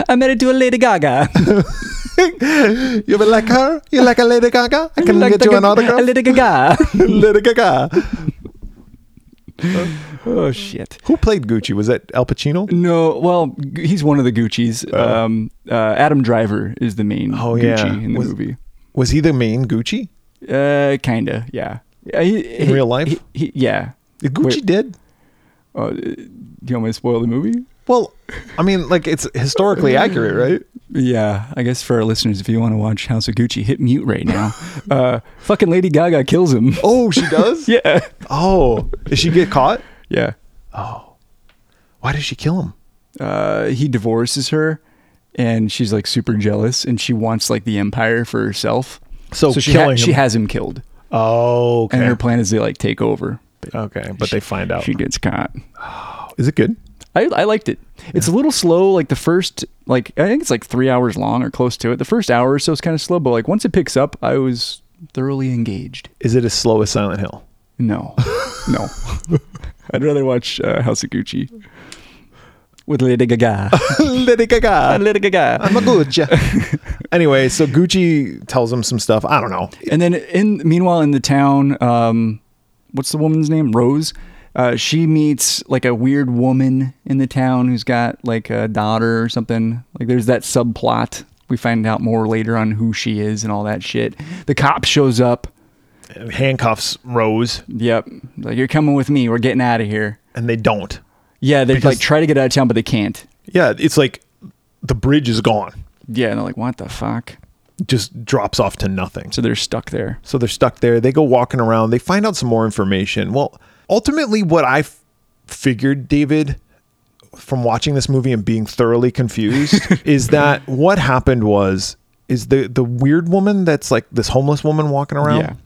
I'm married to a Lady Gaga.
you be like her? You like a Lady Gaga? I can
Like
get
the
you an
Ga- A
autograph.
Lady Gaga.
Lady Gaga.
oh shit.
Who played Gucci? Was that Al Pacino?
No, well, Gu- he's one of the Gucci's. Um, uh, Adam Driver is the main
Oh,
Gucci
yeah.
in the
Was-
movie.
Was he the main Gucci?
Uh, kinda, yeah. Yeah, he-
In
he-
real life?
he- he- yeah.
Did Gucci
Wait.
did.
Uh, do you want me to spoil the movie?
Well, I mean, like it's historically accurate, right?
Yeah, I guess for our listeners, if you want to watch House of Gucci, hit mute right now. uh, fucking Lady Gaga kills him.
Oh, she does.
yeah,
Oh, did she get caught?
yeah.
Why did she kill him?
Uh, he divorces her, and she's like super jealous, and she wants like the empire for herself.
So
she
killing
she
him-
has him killed,
Oh, okay.
and her plan is to like take over.
okay, but they find out.
She gets caught.
Is it good?
I, I liked it. It's a little slow. Like the first, like I think it's like three hours long or close to it. The first hour or so is kind of slow, but like once it picks up, I was thoroughly engaged.
Is it as slow as Silent Hill?
No, no, I'd rather watch uh, House of Gucci with Lady Gaga.
Lady Gaga.
Lady Gaga.
I'm a Gucci. anyway, so Gucci tells him some stuff. I don't know.
And then in meanwhile in the town, um, what's the woman's name? Rose. Uh, she meets like a weird woman in the town who's got like a daughter or something. Like there's that subplot. We find out more later on who she is and all that shit. The cop shows up.
Handcuffs Rose,
Yep. Like you're coming with me. We're getting out of here.
and they don't.
Yeah, they
Because-
like try to get out of town, but they can't.
Yeah, it's like the bridge is gone.
Yeah, and they're like, what the fuck?
Just drops off to nothing.
So they're stuck there.
So they're stuck there. They go walking around. They find out some more information. Well, ultimately, what I f- figured, David, from watching this movie and being thoroughly confused, is that what happened was is the the weird woman that's like this homeless woman walking around.
Yeah.
and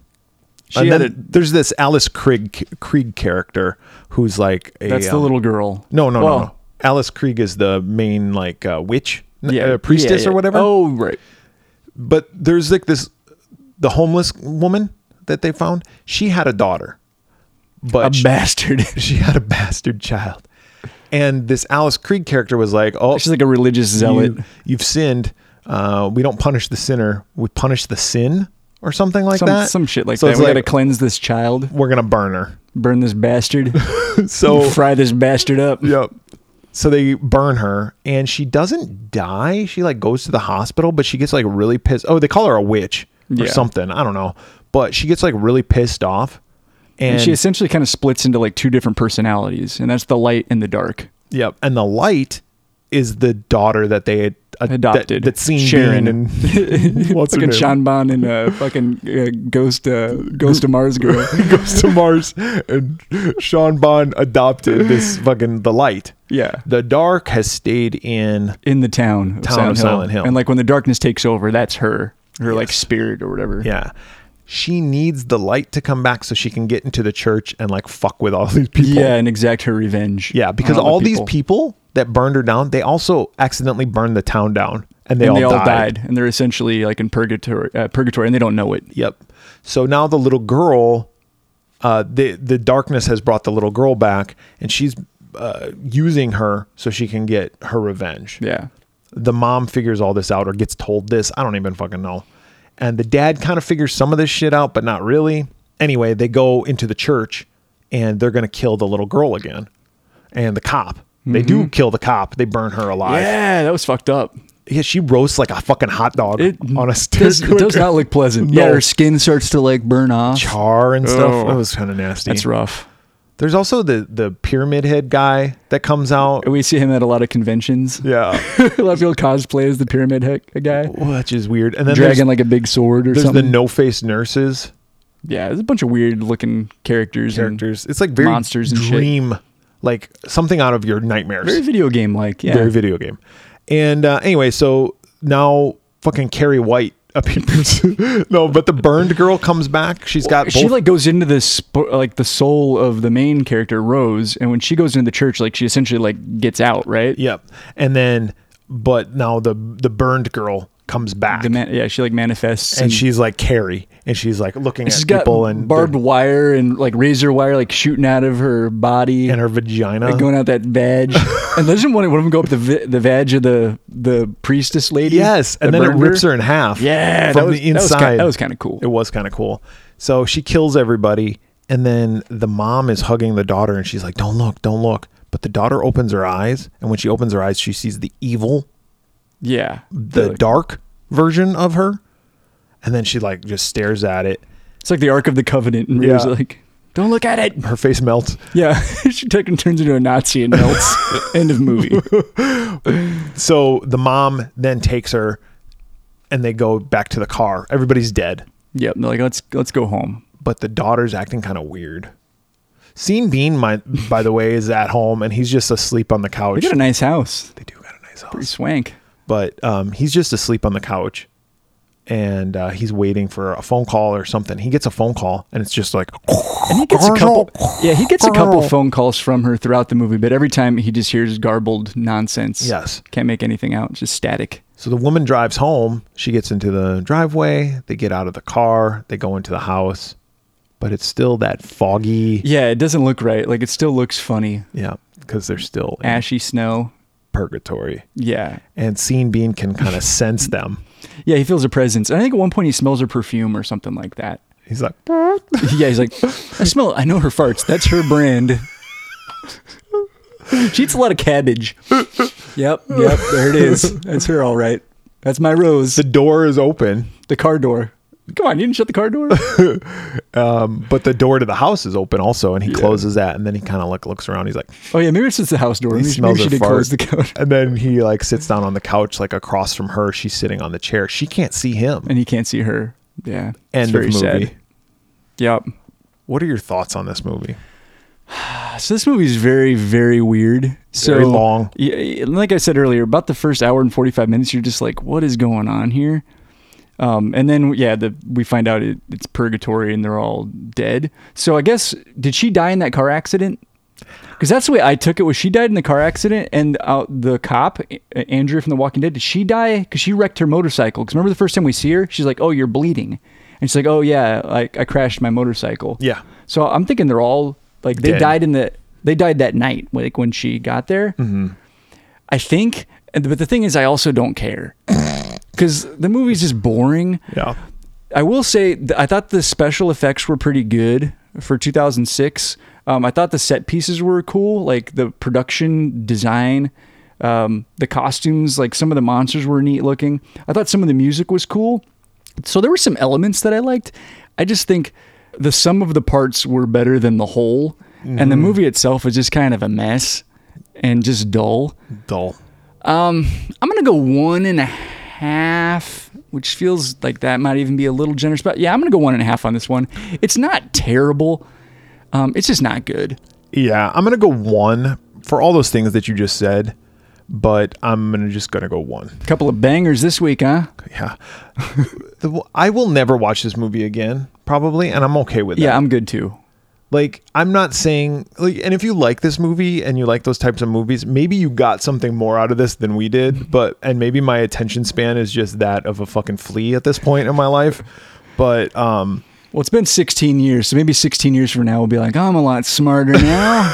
She had
then
a-
there's this Alice Krieg Krieg character who's like a
that's the
um,
little girl.
no no
Well,
no no Alice Krieg is the main like uh, witch n-
Yeah,
uh, priestess
yeah,
or
yeah.
whatever
Oh, right.
but there's like this the homeless woman that they found she had a daughter
A
but she,
bastard.
she had a bastard child and this alice creed character was like oh
She's like a religious zealot.
you, have sinned uh, we don't punish the sinner we punish the sin or something like
some,
that
some shit like
so
that.
it's
We
like,
gotta cleanse this child,
we're gonna burn her
burn this bastard,
so
fry this bastard up.
Yep. So they burn her and she doesn't die. She like goes to the hospital, but she gets like really pissed. Oh, they call her a witch or
Yeah.
something. I don't know. But she gets like really pissed off. And,
And she essentially kind of splits into like two different personalities, and that's the light and the dark.
yep. And the light is the daughter that they had a,
Adopted.
That, that scene
Sharon.
Sharon and what's her
fucking
name?
Sean Bond and uh, fucking uh, Ghost uh, Ghost of Mars girl.
goes to Mars and Sean Bond adopted this fucking the light.
Yeah,
The dark has stayed in.
in the town, of,
Town
Silent,
of
Hill.
Silent Hill.
and like when the darkness takes over, that's her, her like spirit or whatever.
Yeah. She needs the light to come back so she can get into the church and like fuck with all these people.
yeah, and exact her revenge.
Yeah,
on
because all these people that burned her down, they also accidentally burned the town down and they,
and
all,
they all
died.
died. and they're essentially like in purgatory, uh, purgatory, and they don't know it.
Yep. So now the little girl, uh, the the darkness has brought the little girl back, and she's uh, using her so she can get her revenge.
Yeah,
The mom figures all this out or gets told this. I don't even fucking know. And the dad kind of figures some of this shit out, but not really. Anyway, they go into the church and they're going to kill the little girl again and the cop. They do kill the cop. They burn her alive. Yeah,
Mm-hmm. yeah, that was fucked up.
she roasts like a fucking hot dog
It
on a stick.
does, it does not look pleasant.
No.
Yeah, her skin starts to like burn off.
char and stuff.
Oh.
That was kind of nasty.
That's rough.
There's also the the pyramid head guy that comes out.
We see him at a lot of conventions.
Yeah,
a lot of people cosplay as the pyramid heck guy,
which is weird. And then
dragging
there's,
like a big sword or
there's
something.
the no face nurses
yeah, there's a bunch of weird looking characters. and
characters. It's like very
Monsters and shit.
dream, like something out of your nightmares.
very video game like. Yeah,
Very video game. And uh, anyway, so now fucking Carrie White appears. no, but the burned girl comes back. She's got
she
both-
like goes into this sp- like the soul of the main character Rose, and when she goes into the church, like she essentially like gets out, right?
Yep. And then, but now the the burned girl comes back.
The man, yeah, she like manifests,
and she's like Carrie, and she's like looking
she's
at
got
people and
barbed
their-
wire and like razor wire like shooting out of her body
and her vagina.
like, going out that badge. and doesn't one one of them go up the vi- the badge of the the priestess lady?
yes, and
that
then it
burned
rips her in half.
Yeah,
from
that was,
the inside.
That was kind of cool.
It was kind of cool. So she kills everybody, and then the mom is hugging the daughter, and she's like, "Don't look, don't look." But the daughter opens her eyes, and when she opens her eyes, she sees the evil,
yeah,
the dark version of her, and then she like just stares at it.
it's like the Ark of the Covenant, and Rose
Yeah.
like, "Don't look at it."
Her face melts.
Yeah, she taken turns into a Nazi and melts. End of movie.
So the mom then takes her, and they go back to the car. Everybody's dead.
Yep, they're like, let's let's go home.
but the daughter's acting kind of weird. Sean Bean, my, by the way, is at home and he's just asleep on the
They
couch.
got a nice house.
They do got a nice
Pretty
house,
swank.
but um, he's just asleep on the couch, and uh, he's waiting for a phone call or something. He gets a phone call and it's just like,
And he gets a couple. Yeah, he gets a couple phone calls from her throughout the movie, but every time he just hears garbled nonsense.
Yes.
can't make anything out. Just static.
So the woman drives home. She gets into the driveway. They get out of the car. They go into the house, but it's still that foggy.
Yeah, it doesn't look right. Like it still looks funny.
Yeah, because they're still in
Ashy snow.
purgatory,
Yeah,
and Sean Bean can kind of sense them.
yeah. He feels a presence. And I think at one point he smells her perfume or something like that.
He's like.
yeah, he's like, I smell. I know her farts. That's her brand. she eats a lot of cabbage. Yep, yep. There it is. That's her, all right. That's my rose.
the
The,
door is open,
car door. Come on, you didn't shut the car door.
but the door to the house is open also, and he closes that, and then he kind of like looks around. He's like,
oh yeah, maybe it's just the house door.
he
Maybe,
smells
maybe she
her
did
fart,
close the car.
and then he like sits down on the couch, like across from her. She's sitting on the chair. She can't see him.
And he can't see her. Yeah.
End
it's very
of movie.
sad. Yep.
What are your thoughts on this movie?
So this movie is very, very weird. So
Very long.
Yeah, yeah, like I said earlier, about the first hour and forty-five minutes, you're just like, "What is going on here?" Um, and then, yeah, the, we find out it, it's purgatory and they're all dead. So I guess did she die in that car accident? Because that's the way I took it. Was she died in the car accident? And uh, the cop, A- Andrea from The Walking Dead, did she die? Because she wrecked her motorcycle. Because remember the first time we see her, she's like, "Oh, you're bleeding," and she's like, "Oh yeah, like I crashed my motorcycle."
Yeah.
So I'm thinking they're all like they
Dead.
died in the they died that night like when she got there. Mm-hmm. I think, and- but the thing is, I also don't care because the movie's just boring.
Yeah.
I will say th- I thought the special effects were pretty good for 2006. Um, I thought the set pieces were cool, like the production design, um, the costumes, like some of the monsters were neat looking. I thought some of the music was cool. So there were some elements that I liked. I just think the sum of the parts were better than the whole, and the movie itself was just kind of a mess and just dull.
Dull.
Um, I'm gonna go one and a half, which feels like that might even be a little generous. But yeah, I'm gonna go one and a half on this one. It's not terrible. Um, it's just not good.
Yeah, I'm gonna go one for all those things that you just said, but I'm gonna just gonna go one.
A couple of bangers this week, huh?
Yeah, the, I will never watch this movie again, probably, and I'm okay with that.
Yeah, I'm good too.
Like, I'm not saying like, and if you like this movie and you like those types of movies, maybe you got something more out of this than we did. But and maybe my attention span is just that of a fucking flea at this point in my life. But um,
Well, it's been 16 years, so maybe 16 years from now we'll be like, I'm a lot smarter now.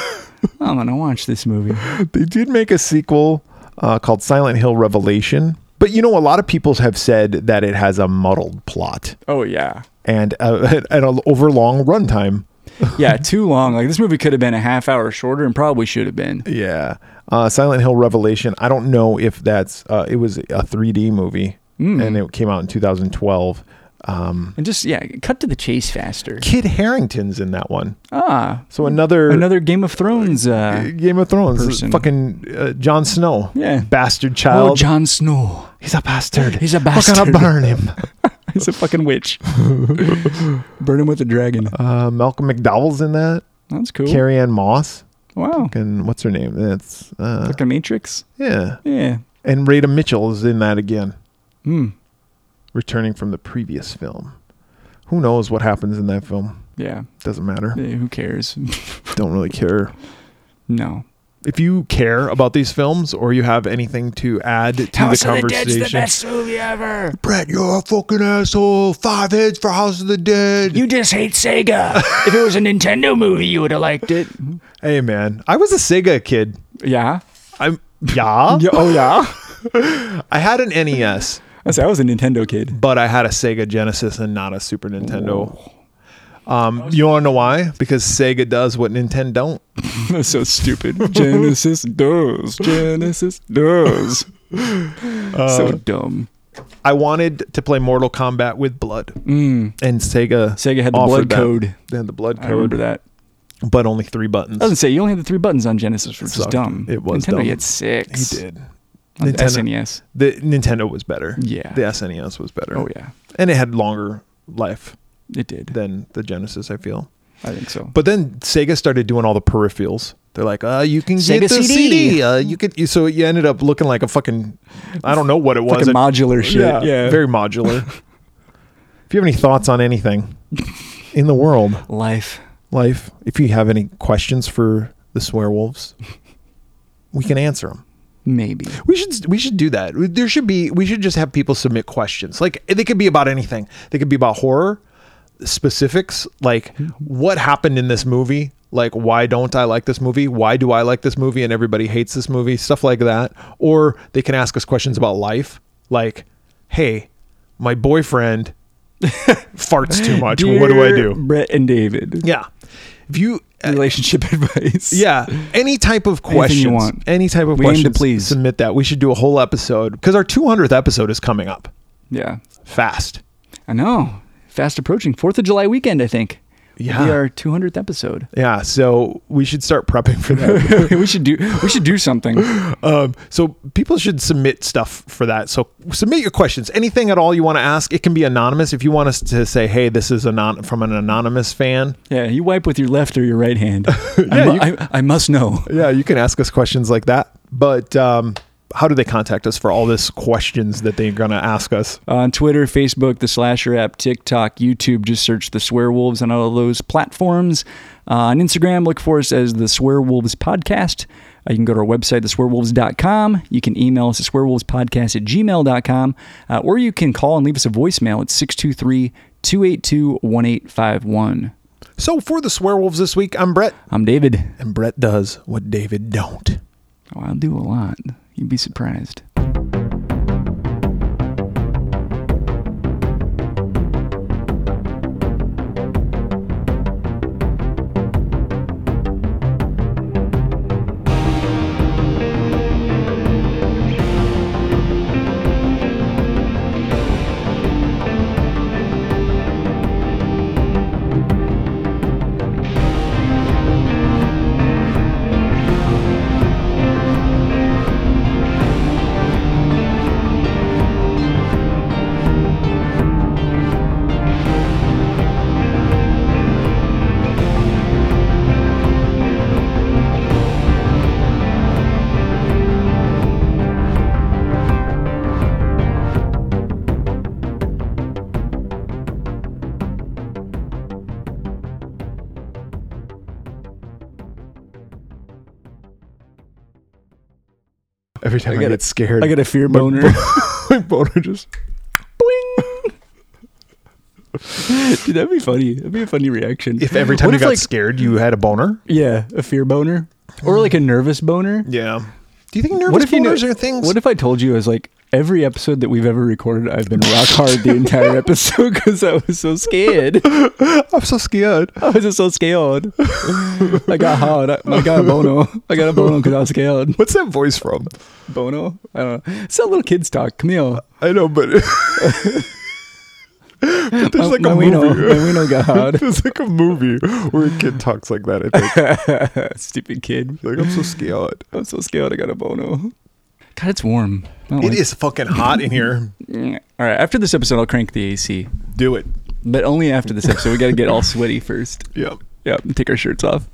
I'm gonna watch this movie.
they did make a sequel uh, called Silent Hill Revelation. But you know, a lot of people have said that it has a muddled plot
Oh yeah,
and uh, an overlong runtime.
yeah. Too long. Like this movie could have been a half hour shorter, and probably should have been.
Yeah, uh, Silent Hill Revelation. I don't know if that's. Uh, it was a 3D movie,
Hmm.
and it came out in 2012. Um,
And just yeah, cut to the chase faster.
Kid Harrington's in that one.
Ah,
So another
another Game of Thrones. Uh,
Game of Thrones.
person.
Fucking uh, Jon Snow.
Yeah.
bastard
oh,
child.
Jon Snow.
He's a bastard.
He's a
We're
bastard.
gonna burn him.
He's a fucking witch. Burn him with a dragon.
Uh, Malcolm McDowell's in that.
That's cool. Oh.
Carrie Ann Moss.
wow.
And what's her name? That's uh,
Like a Matrix.
yeah.
Yeah.
And Rita Mitchell is in that again,
Hmm.
returning from the previous film. Who knows what happens in that film?
Yeah.
Doesn't matter.
Eh, Who cares?
Don't really care.
no.
If you care about these films or you have anything to add to the conversation,
movie ever.
Brett, you're a fucking asshole. Five heads for House of the Dead.
You just hate Sega. if it was a Nintendo movie, you would have liked it.
hey, man, I was a Sega kid.
Yeah.
I'm yeah.
Yeah, oh yeah.
I had an NES,
I said I was a Nintendo kid.
but I had a Sega Genesis and not a Super Nintendo. Um, you want to know why? Because Sega does what Nintendo don't.
That's so stupid. Genesis does. Genesis does. so dumb.
I wanted to play Mortal Kombat with blood,
Mm.
and Sega
Sega had the
offered
blood
that.
code.
They had the blood
I remember
code,
that.
but only three buttons.
I was gonna say you only had the three buttons on Genesis, which is
Sucked.
dumb.
It was
Nintendo
dumb.
had
He
six.
did.
On the
Nintendo-
SNES.
The Nintendo was better.
Yeah.
The SNES was better.
Oh yeah,
and it had longer life
it did.
than the Genesis. I feel.
I think so.
But then Sega started doing all the peripherals. They're like, uh, you can
Sega
get the CD.
CD.
Uh, you could. you- So you ended up looking like a fucking. I don't know what it
Like
was.
a modular shit. Yeah,
Very modular. if you have any thoughts on anything in the world,
life.
life, if you have any questions for the swearwolves, we can answer them.
Maybe.
We should we should do that. There should be we should just have people submit questions. Like they could be about anything. They could be about horror specifics, like what happened in this movie, like why don't I like this movie? Why do I like this movie and everybody hates this movie? Stuff like that. Or they can ask us questions about life, like hey, my boyfriend farts too much. what do I
Dear
do?
Brett and David.
Yeah. If you
Relationship advice.
yeah, any type of questions,
you want.
any type of
We aim to
questions,
please.
submit that. We should do a whole episode because our 200th episode is coming up
Yeah.
fast.
I know. Fast approaching. Fourth of July weekend, I think. Will
Yeah.
Be our 200th episode.
Yeah, so we should start prepping for that.
we should do. We should do something.
um, so people should submit stuff for that. So submit your questions, anything at all you want to ask. It can be anonymous. If you want us to say, "Hey, this is anon- from an anonymous fan,"
Yeah. You wipe with your left or your right hand. I, mu- I, I must know.
yeah, you can ask us questions like that. But um, how do they contact us for all this questions that they're gonna ask us?
on Twitter, Facebook, the Slasher app, TikTok, YouTube. Just search the Swear Wolves on all of those platforms. Uh, on Instagram, look for us as the Swear Wolves Podcast. Uh, you can go to our website, theswearwolves.com. You can email us at swearwolvespodcast at gmail.com, uh, or you can call and leave us a voicemail at 623 282 1851.
So for the swearwolves this week, I'm Brett.
I'm David.
and Brett does what David don't.
Oh, I'll do a lot. You'd be surprised.
every time I,
gotta-
get scared.
I got a fear
My
boner.
bo- my boner just.
Dude, that'd be funny. That'd be a funny reaction.
If every time
What
you got
like,
scared, you had a boner.
yeah, a fear boner or like a nervous boner.
Yeah. Do you think nervous
What if you knew-
boners are things?
What if I told you I was like every episode that we've ever recorded, I've been rock hard the entire episode because I was so scared.
I'm so scared.
I was just so scared. I got hard. I, I got a bono. I got a bono because I was scared.
What's that voice from?
Bono? I don't know. It's that little kids talk. Come here.
I know, but, But there's like
my
a
wiener-
movie.
my wiener got hard.
There's like a movie where a kid talks like that. I think
Stupid kid.
like I'm so scared.
I'm so scared. I got a bono. God, it's warm. I don't
It
like-
is fucking hot in here.
All right. After this episode, I'll crank the AC,
Do it.
but only after this episode. We got to get all sweaty first.
Yeah.
Yeah, take our shirts off.